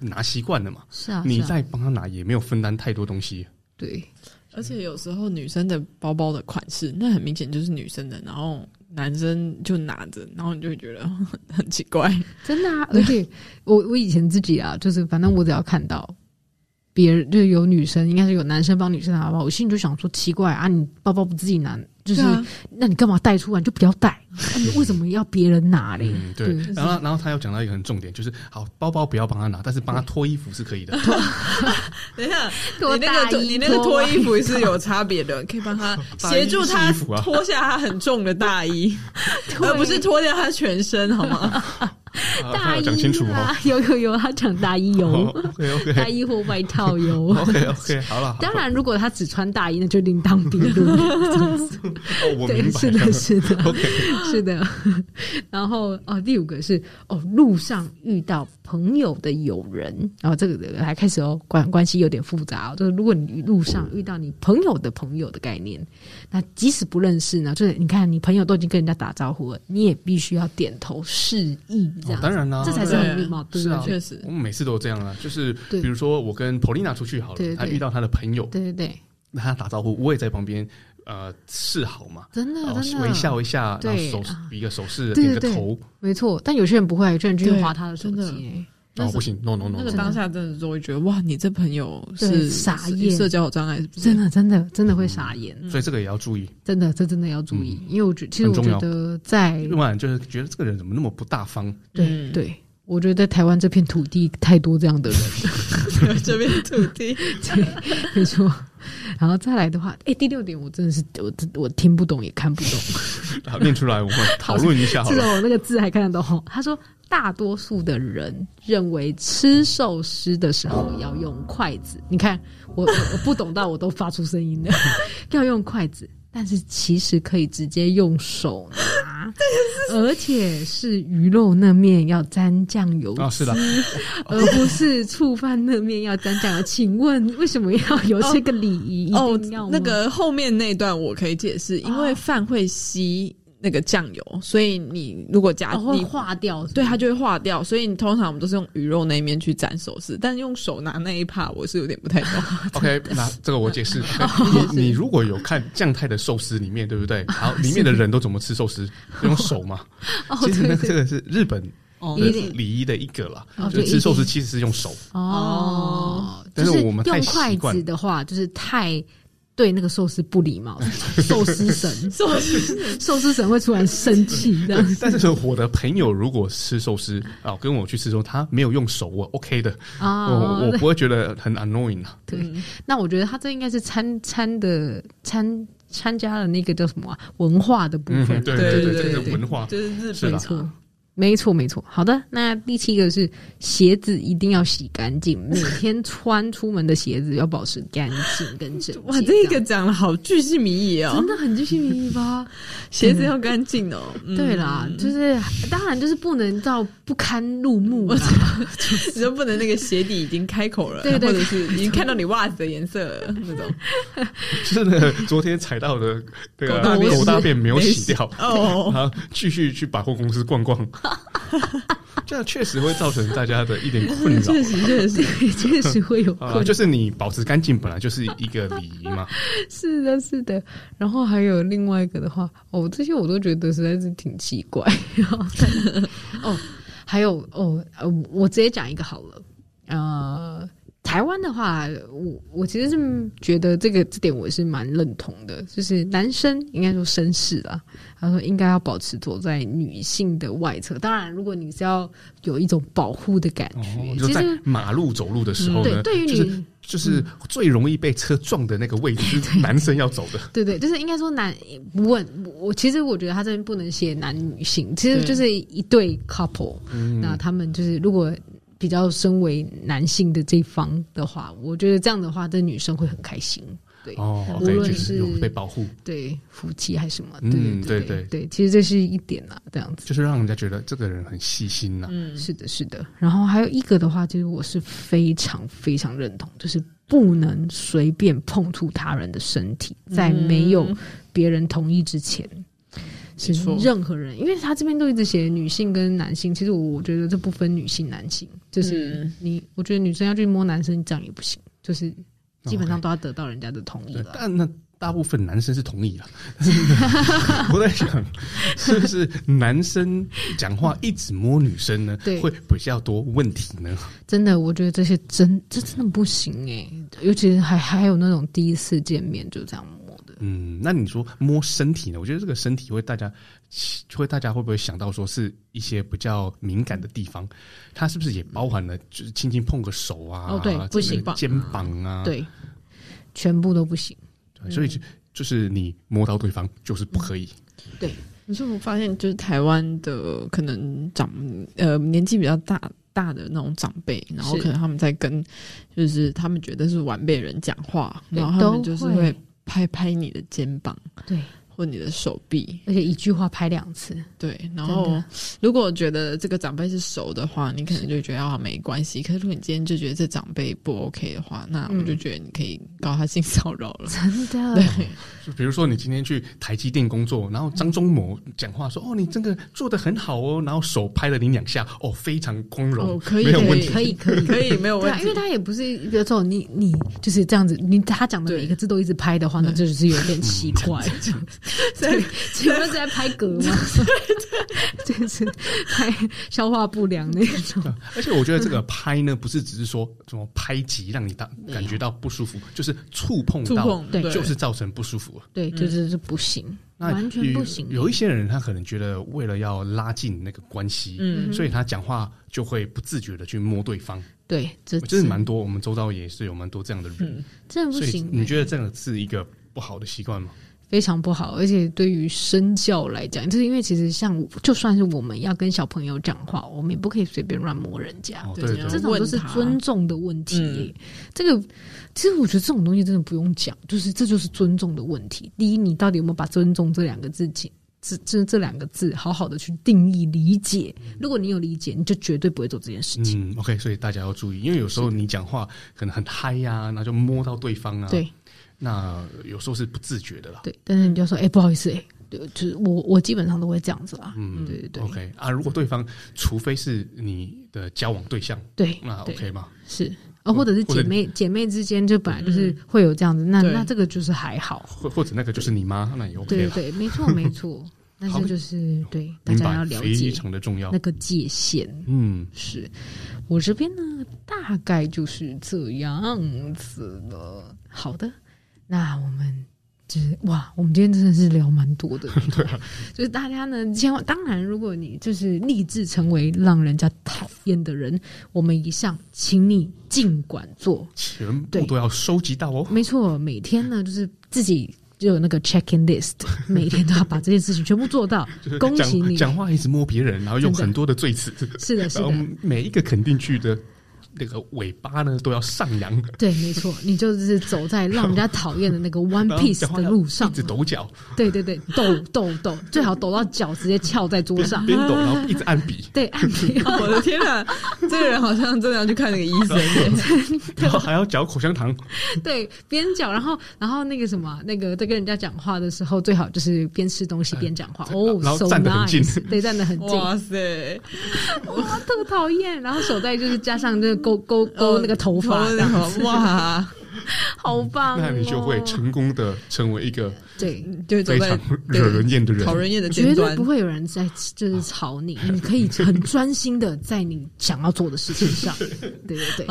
Speaker 4: 拿习惯了嘛，
Speaker 6: 是啊，
Speaker 4: 你
Speaker 6: 是啊
Speaker 4: 再帮她拿也没有分担太多东西。
Speaker 6: 对
Speaker 7: 而且有时候女生的包包的款式，那很明显就是女生的，然后男生就拿着，然后你就会觉得很奇怪。
Speaker 6: 真的啊！而且我我以前自己啊，就是反正我只要看到别人就是有女生，应该是有男生帮女生拿包，我心里就想说奇怪啊，你包包不自己拿，就是、
Speaker 7: 对啊
Speaker 6: 那你干嘛带出来？你就不要 带，啊你为什么要别人拿嘞？
Speaker 4: 嗯，对。然后，然后他要讲到一个很重点，就是好包包不要帮他拿，但是帮他脱衣服是可以 的。
Speaker 7: 等一下，
Speaker 6: 脱
Speaker 7: 你那
Speaker 6: 大
Speaker 7: 个脱
Speaker 6: 衣
Speaker 7: 你那个
Speaker 6: 脱
Speaker 7: 脱
Speaker 6: 外
Speaker 7: 衣服是有差别的，可以帮 他
Speaker 4: 大衣
Speaker 7: 协助他
Speaker 4: 是衣服啊
Speaker 7: 脱下他很重的大 衣，而不是脱掉他全身，好吗？
Speaker 4: 啊 他
Speaker 6: 大
Speaker 4: 要讲
Speaker 6: 衣
Speaker 4: 清楚哦
Speaker 6: 啊。， 有有有，他讲大衣有，
Speaker 4: OK
Speaker 6: 大
Speaker 4: OK
Speaker 6: 衣啊或外 套有。
Speaker 4: OK OK，好了。好
Speaker 6: 当然，如果他只穿大衣，那就另当别论。 这样子
Speaker 4: 哦，我明
Speaker 6: 对，
Speaker 4: 白
Speaker 6: 是
Speaker 4: 了
Speaker 6: 的，。是的
Speaker 4: OK，
Speaker 6: 是的。 然后哦，第五个是哦，路上遇到朋友的友人，然后这个还开始哦，关关系有点复杂、哦。就是如果你路上
Speaker 4: 嗯
Speaker 6: 遇到你朋友的朋友的概念，那即使不认识呢，就是你看你朋友都已经跟人家打招呼了，你也必须要点头示意这
Speaker 4: 哦
Speaker 6: 样子。
Speaker 4: 当然啦，
Speaker 6: 这才是
Speaker 7: 对
Speaker 6: 很礼貌，对
Speaker 4: 是啊
Speaker 6: 不，对
Speaker 7: 确实
Speaker 4: 我们每次都这样啊，就是
Speaker 6: 对
Speaker 4: 比如说我跟 Polina 出去好
Speaker 6: 对
Speaker 4: 了，
Speaker 6: 对
Speaker 4: 她遇到她的朋友，
Speaker 6: 对对对，
Speaker 4: 那她打招呼，我也在旁边呃示好嘛，
Speaker 6: 真的
Speaker 4: 然后
Speaker 6: 真的
Speaker 4: 哦微笑一下，然后
Speaker 6: 对
Speaker 4: 手
Speaker 6: 啊
Speaker 4: 比个手势，
Speaker 6: 对
Speaker 4: 点个
Speaker 6: 对对
Speaker 4: 头，
Speaker 6: 没错。但有些人不会，有些人就去
Speaker 7: 对
Speaker 6: 划他的手
Speaker 7: 真的
Speaker 6: 机、欸
Speaker 7: 那
Speaker 4: 哦
Speaker 7: 是
Speaker 4: 不行，no no no，
Speaker 7: 那个
Speaker 4: no，no
Speaker 7: 当下真的就会觉得哇，你这朋友
Speaker 6: 对
Speaker 7: 是
Speaker 6: 傻
Speaker 7: 是
Speaker 6: 眼
Speaker 7: 社交有障碍，是不是
Speaker 6: 真的真的
Speaker 4: 嗯
Speaker 6: 真的会傻眼。
Speaker 4: 所以这个也要注意。
Speaker 6: 真的，这真的要注意，因为我觉其实
Speaker 4: 嗯很
Speaker 6: 我
Speaker 4: 重要
Speaker 6: 觉得在
Speaker 4: 另外就是觉得这个人怎么那么不大方，
Speaker 6: 对、
Speaker 7: 嗯
Speaker 6: 对，我觉得在台湾这片土地太多这样的人，
Speaker 7: 这边土地，
Speaker 6: 没错。然后再来的话，哎、第六点我真的是我我听不懂也看不懂，
Speaker 4: 好念出来我们讨论一下好
Speaker 6: 至少
Speaker 4: 了。
Speaker 6: 我那个字还看得懂。他说，大多数的人认为吃寿司的时候要用筷子，你看我我 我不懂到我都发出声音了， 要用筷子。但是其实可以直接用手拿，而且是鱼肉那面要沾酱油
Speaker 7: 哦
Speaker 4: 啊，是的，
Speaker 6: 而不是触犯那面要沾酱油。请问为什么要有这个礼仪？
Speaker 7: 哦
Speaker 6: 一定要，吗哦
Speaker 7: 那个后面那一段我可以解释，因为饭会吸那个酱油，所以你如果加
Speaker 6: 哦会
Speaker 7: 你
Speaker 6: 化掉，
Speaker 7: 对，它就会化掉。所以你通常我们都是用鱼肉那一面去沾手势，但用手拿那一趴，我是有点不太懂。
Speaker 4: OK，那这个我解释。哎你你如果有看酱太的寿司里面，对不 对？好，里面的人都怎么吃寿司？用手嘛。
Speaker 6: 哦
Speaker 4: 其实那个这个是日本
Speaker 7: 哦
Speaker 4: 的
Speaker 6: 一定
Speaker 4: 礼仪的一个啦
Speaker 6: 哦，
Speaker 4: 就
Speaker 6: 对
Speaker 4: 是吃寿
Speaker 6: 一
Speaker 4: 司
Speaker 6: 定
Speaker 4: 其实是用手。
Speaker 6: 哦。
Speaker 4: 但是
Speaker 6: 就是
Speaker 4: 我们太
Speaker 6: 用
Speaker 4: 习
Speaker 6: 筷
Speaker 4: 惯
Speaker 6: 子的话，就是太对那个寿司不 礼貌，寿司 神，寿司寿司神会突然生气这样 子
Speaker 4: 但是我的朋友如果吃寿司啊，跟我去吃寿，司，他没有用手，我 OK 的，
Speaker 7: 哦
Speaker 6: 啊
Speaker 4: 我我不会觉得很 annoying 啊。
Speaker 6: 对，那我觉得他这应该是参参的参参加了那个叫什么啊、文化的部
Speaker 4: 嗯，
Speaker 6: 分，
Speaker 4: 对
Speaker 7: 对
Speaker 4: 对，
Speaker 7: 对
Speaker 4: 这
Speaker 7: 对
Speaker 4: 是文化。
Speaker 7: 就是日
Speaker 4: 是
Speaker 7: 本
Speaker 4: 啦
Speaker 7: 啊
Speaker 6: 没错，没错，没错。好的，那第七个是鞋子一定要洗干净，每天穿出门的鞋子要保持干净跟整洁。
Speaker 7: 哇，这个
Speaker 6: 样
Speaker 7: 讲的好巨细靡遗哦
Speaker 6: 真，的很具细迷吧？
Speaker 7: 鞋子要干净哦。嗯
Speaker 6: 对啦，就是当然就是不能到不堪入目啊啦。
Speaker 7: 你就不能那个鞋底已经开口了，
Speaker 6: 对对
Speaker 7: 或者是已经看到你袜子的颜色了 那种。
Speaker 4: 就是那个昨天踩到的那
Speaker 7: 狗大
Speaker 4: 个
Speaker 7: 便
Speaker 4: 狗大便没有洗掉，
Speaker 7: 哦，
Speaker 4: 然后继续去百货公司逛 逛，这样确实会造成大家的一点困扰
Speaker 7: 确。实确实，
Speaker 6: 对， 确实会有困
Speaker 4: 啊，
Speaker 6: 难。
Speaker 4: 就是你保持干净本来就是一个礼仪嘛，
Speaker 6: 是的，是的。然后还有另外一个的话，哦，这些我都觉得实在是挺奇怪。 然后再哦，还有哦，呃，我直接讲一个好了。呃，台湾的话，我我其实是觉得这个这点我是蛮认同的，就是男生应该说绅士啦，他说应该要保持走在女性的外侧。当然，如果你是要有一种保护的感觉，
Speaker 4: 哦，就
Speaker 6: 其
Speaker 4: 在
Speaker 6: 实。
Speaker 4: 马路走路的时候
Speaker 7: 嗯
Speaker 6: 对，
Speaker 4: 呢，
Speaker 6: 对于
Speaker 4: 就
Speaker 6: 你、
Speaker 4: 是就是最容易被车撞的那个位置，是男生要走的。
Speaker 6: 对对，就是应该说男不问我，其实我觉得他这边不能写男女性，其实
Speaker 7: 对
Speaker 6: 就是一对 couple，、那
Speaker 4: 嗯
Speaker 6: 他们就是如果比较身为男性的这一方的话，我觉得这样的话，这女生会很开心。对，
Speaker 4: 哦
Speaker 6: 无
Speaker 4: ，OK，
Speaker 6: 论
Speaker 4: 就是有
Speaker 6: 是
Speaker 4: 被保护，
Speaker 6: 对夫妻还是什么，对、
Speaker 4: 嗯
Speaker 6: 对
Speaker 4: 对对
Speaker 6: 对，其实这是一点啦，这样子。
Speaker 4: 就是让人家觉得这个人很细心呐。
Speaker 7: 嗯，
Speaker 6: 是的，是的。然后还有一个的话，就是我是非常非常认同，就是不能随便碰触他人的身体，在没
Speaker 7: 嗯
Speaker 6: 有别人同意之前。是
Speaker 7: 没错
Speaker 6: 任何人，因为他这边都一直写女性跟男性，其实我我觉得这不分女性男性，就是
Speaker 7: 嗯
Speaker 6: 你，我觉得女生要去摸男生这样也不行，就是基本上都要得到人家的同意
Speaker 4: 对，
Speaker 6: 了。
Speaker 4: 但那大部分男生是同意啊， 但是我在想，是不是男生讲话一直摸女生呢
Speaker 6: 对，
Speaker 4: 会比较多问题呢？
Speaker 6: 真的，我觉得这些真这真的不行哎、尤其是还还有那种第一次见面就这样摸的，
Speaker 4: 嗯，那你说摸身体呢？我觉得这个身体会大家会大家会不会想到说是一些比较敏感的地方？它是不是也包含了就是轻轻碰个手啊？
Speaker 6: 哦对不行
Speaker 4: 这个肩膀啊，
Speaker 6: 对，嗯全部都不行。
Speaker 4: 对，所以就就是你摸到对方就是不可以。
Speaker 7: 你是不是发现，就是台湾的可能长呃年纪比较大大的那种长辈，然后
Speaker 6: 是
Speaker 7: 可能他们在跟就是他们觉得是晚辈人讲话，
Speaker 6: 对
Speaker 7: 然后他们
Speaker 6: 都
Speaker 7: 就是
Speaker 6: 会
Speaker 7: 会拍拍你的肩膀
Speaker 6: 对，
Speaker 7: 或你的手臂，
Speaker 6: 而且一句话拍两次，
Speaker 7: 对。然
Speaker 6: 真
Speaker 7: 后
Speaker 6: 的
Speaker 7: 如果觉得这个长辈是熟的话，你可能就觉得啊没关系。可是如果你今天就觉得这长辈不 OK 的话，那我
Speaker 6: 嗯
Speaker 7: 就觉得你可以告他性骚扰了。
Speaker 6: 真 的
Speaker 7: 对，
Speaker 4: 就比如说你今天去台积电工作，然后张忠谋讲话说：“哦，你这个做的很好哦。”然后手拍了你两下， 哦，非常光荣，
Speaker 7: 哦，可以，
Speaker 4: 没有
Speaker 7: 可
Speaker 4: 问
Speaker 7: 以
Speaker 4: 题。
Speaker 6: 可以可以
Speaker 7: 可以，没有
Speaker 6: 对
Speaker 7: 问
Speaker 6: 啊，
Speaker 7: 题
Speaker 6: 因为。他也不是一个说你你就是这样子，你他讲的每一个字都一直拍的话，那这就是有点奇怪。所以请问是在拍嗝吗？就是拍消化不良那种。
Speaker 4: 而且我觉得这个拍呢，不是只是说什么拍击让你到感觉到不舒服，就是触碰
Speaker 7: 触
Speaker 4: 到
Speaker 7: 碰，
Speaker 6: 对
Speaker 4: 就是造成不舒服。
Speaker 6: 对，就是是不行，
Speaker 4: 那
Speaker 6: 完全
Speaker 4: 有
Speaker 6: 不行。
Speaker 4: 有一些人他可能觉得为了要拉近那个关系，
Speaker 7: 嗯
Speaker 4: 所以他讲话就会不自觉的去摸对方，
Speaker 6: 对，这
Speaker 4: 真的蛮多。我们周遭也是有蛮多这样的人，
Speaker 6: 真的嗯不
Speaker 4: 所以
Speaker 6: 行。
Speaker 4: 你觉得这个是一个不好的习惯吗？
Speaker 6: 非常不好，而且对于身教来讲，就是因为其实像我就算是我们要跟小朋友讲话，我们也不可以随便乱摸人家。
Speaker 4: 哦，
Speaker 7: 对
Speaker 4: 对
Speaker 7: 这
Speaker 4: 对，嗯
Speaker 6: 这种都是尊重的问题耶、这个其实我觉得这种东西真的不用讲，就是这就是尊重的问题。第一，你到底有没有把尊重这两个字情？这这这两个字，好好的去定义理解。如果你有理解，你就绝对不会做这件事情。
Speaker 4: 嗯，OK，所以大家要注意，因为有时候你讲话可能很嗨呀、那就摸到对方啊，
Speaker 6: 对，
Speaker 4: 那有时候是不自觉的啦。
Speaker 6: 对，但是你就说，哎、不好意思、哎，对，就是我我基本上都会这样子啦。嗯，对对对
Speaker 4: OK 啊，如果对方除非是你的交往对象，
Speaker 6: 对，
Speaker 4: 那
Speaker 6: 对
Speaker 4: OK 吗？
Speaker 6: 是啊、或者是姐妹姐妹之间就本来就是会有这样子，那
Speaker 7: 对
Speaker 6: 那这个就是还好，
Speaker 4: 或或者那个就是你妈，那也 OK
Speaker 6: 对
Speaker 4: 了。
Speaker 6: 对对，没错 没错，但
Speaker 4: 好
Speaker 6: 是就是对大
Speaker 4: 明
Speaker 6: 家要
Speaker 4: 白，
Speaker 6: 了
Speaker 4: 非
Speaker 6: 解
Speaker 4: 常的重要
Speaker 6: 那。个界限
Speaker 4: 嗯，
Speaker 6: 是。我这边呢，大概就是这样子了。好的，那我们。就是哇，我们今天真的是聊蛮多 的，对、
Speaker 4: 啊
Speaker 6: 就是大家呢，千万当然，如果你就是立志成为让人家讨厌的人，我们以上，请你尽管做，
Speaker 4: 全部
Speaker 6: 对
Speaker 4: 都要收集到哦。
Speaker 6: 没错，每天呢就是自己就有那个 check in list，每天都要把这件事情全部做到。恭喜
Speaker 4: 讲
Speaker 6: 你！
Speaker 4: 讲话一直摸别人，然后用
Speaker 6: 真的
Speaker 4: 很多的罪词，
Speaker 6: 是的，是
Speaker 4: 然后
Speaker 6: 的，
Speaker 4: 每一个肯定句的那个尾巴呢都要上扬，
Speaker 6: 对，没错，你就是走在 让人家讨厌的那个 one
Speaker 4: 然后
Speaker 6: piece
Speaker 4: 讲话
Speaker 6: 的
Speaker 4: 要
Speaker 6: 路
Speaker 4: 一
Speaker 6: 上
Speaker 4: 直。抖脚，
Speaker 6: 对对对，抖抖抖，最好抖到脚直接翘在桌上。
Speaker 4: 边抖然后一直按笔，
Speaker 6: 对，按平
Speaker 7: 哦 我的天哪，这个人好像真的要去看那个医生耶。
Speaker 4: 然后还要嚼口香糖，
Speaker 6: 对边角，然后然后那个什么，那个在跟人家讲话的时候，最好就是边吃东西边讲话。哦
Speaker 4: 然后
Speaker 6: ，so
Speaker 4: 站得很近
Speaker 6: nice，对，站得很近。
Speaker 7: 哇塞，
Speaker 6: 哇，特讨厌。然后手袋就是加上这个勾
Speaker 4: 哦
Speaker 6: 勾勾哦那个头发，
Speaker 7: 哦那个哇，
Speaker 6: 好棒、哦！
Speaker 4: 那你就会成功的成为一个
Speaker 6: 对。
Speaker 7: 就走
Speaker 4: 非
Speaker 7: 在
Speaker 4: 常惹人厌的人
Speaker 7: 讨。人厌的尖
Speaker 6: 绝对
Speaker 7: 端
Speaker 6: 不。会有人在
Speaker 4: 啊
Speaker 6: 就是吵你， 你可以很专心的在你想要做的事 情上。对对对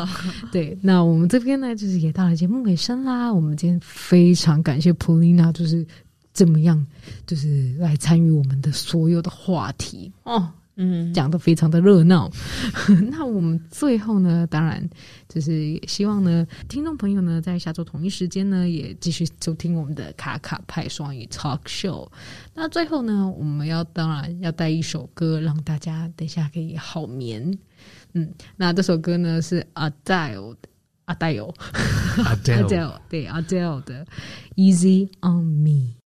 Speaker 6: 对，那我们这边呢，就是也到了节目尾声啦。我们今天非常感谢普丽娜，就是怎么样，就是来参与我们的所有的话题哦。
Speaker 7: 嗯，
Speaker 6: 讲得非常的热闹。 那我们最后呢，当然就是也希望呢，听众朋友呢，在下周同一时间呢，也继续收听我们的卡卡派双语 Talk Show。那最后呢，我们要当然要带一首歌，让大家等一下可以好眠。嗯，那这首歌呢是 Adele 阿黛尔
Speaker 4: Adele
Speaker 6: Adele 对 Adele 的 Easy on Me。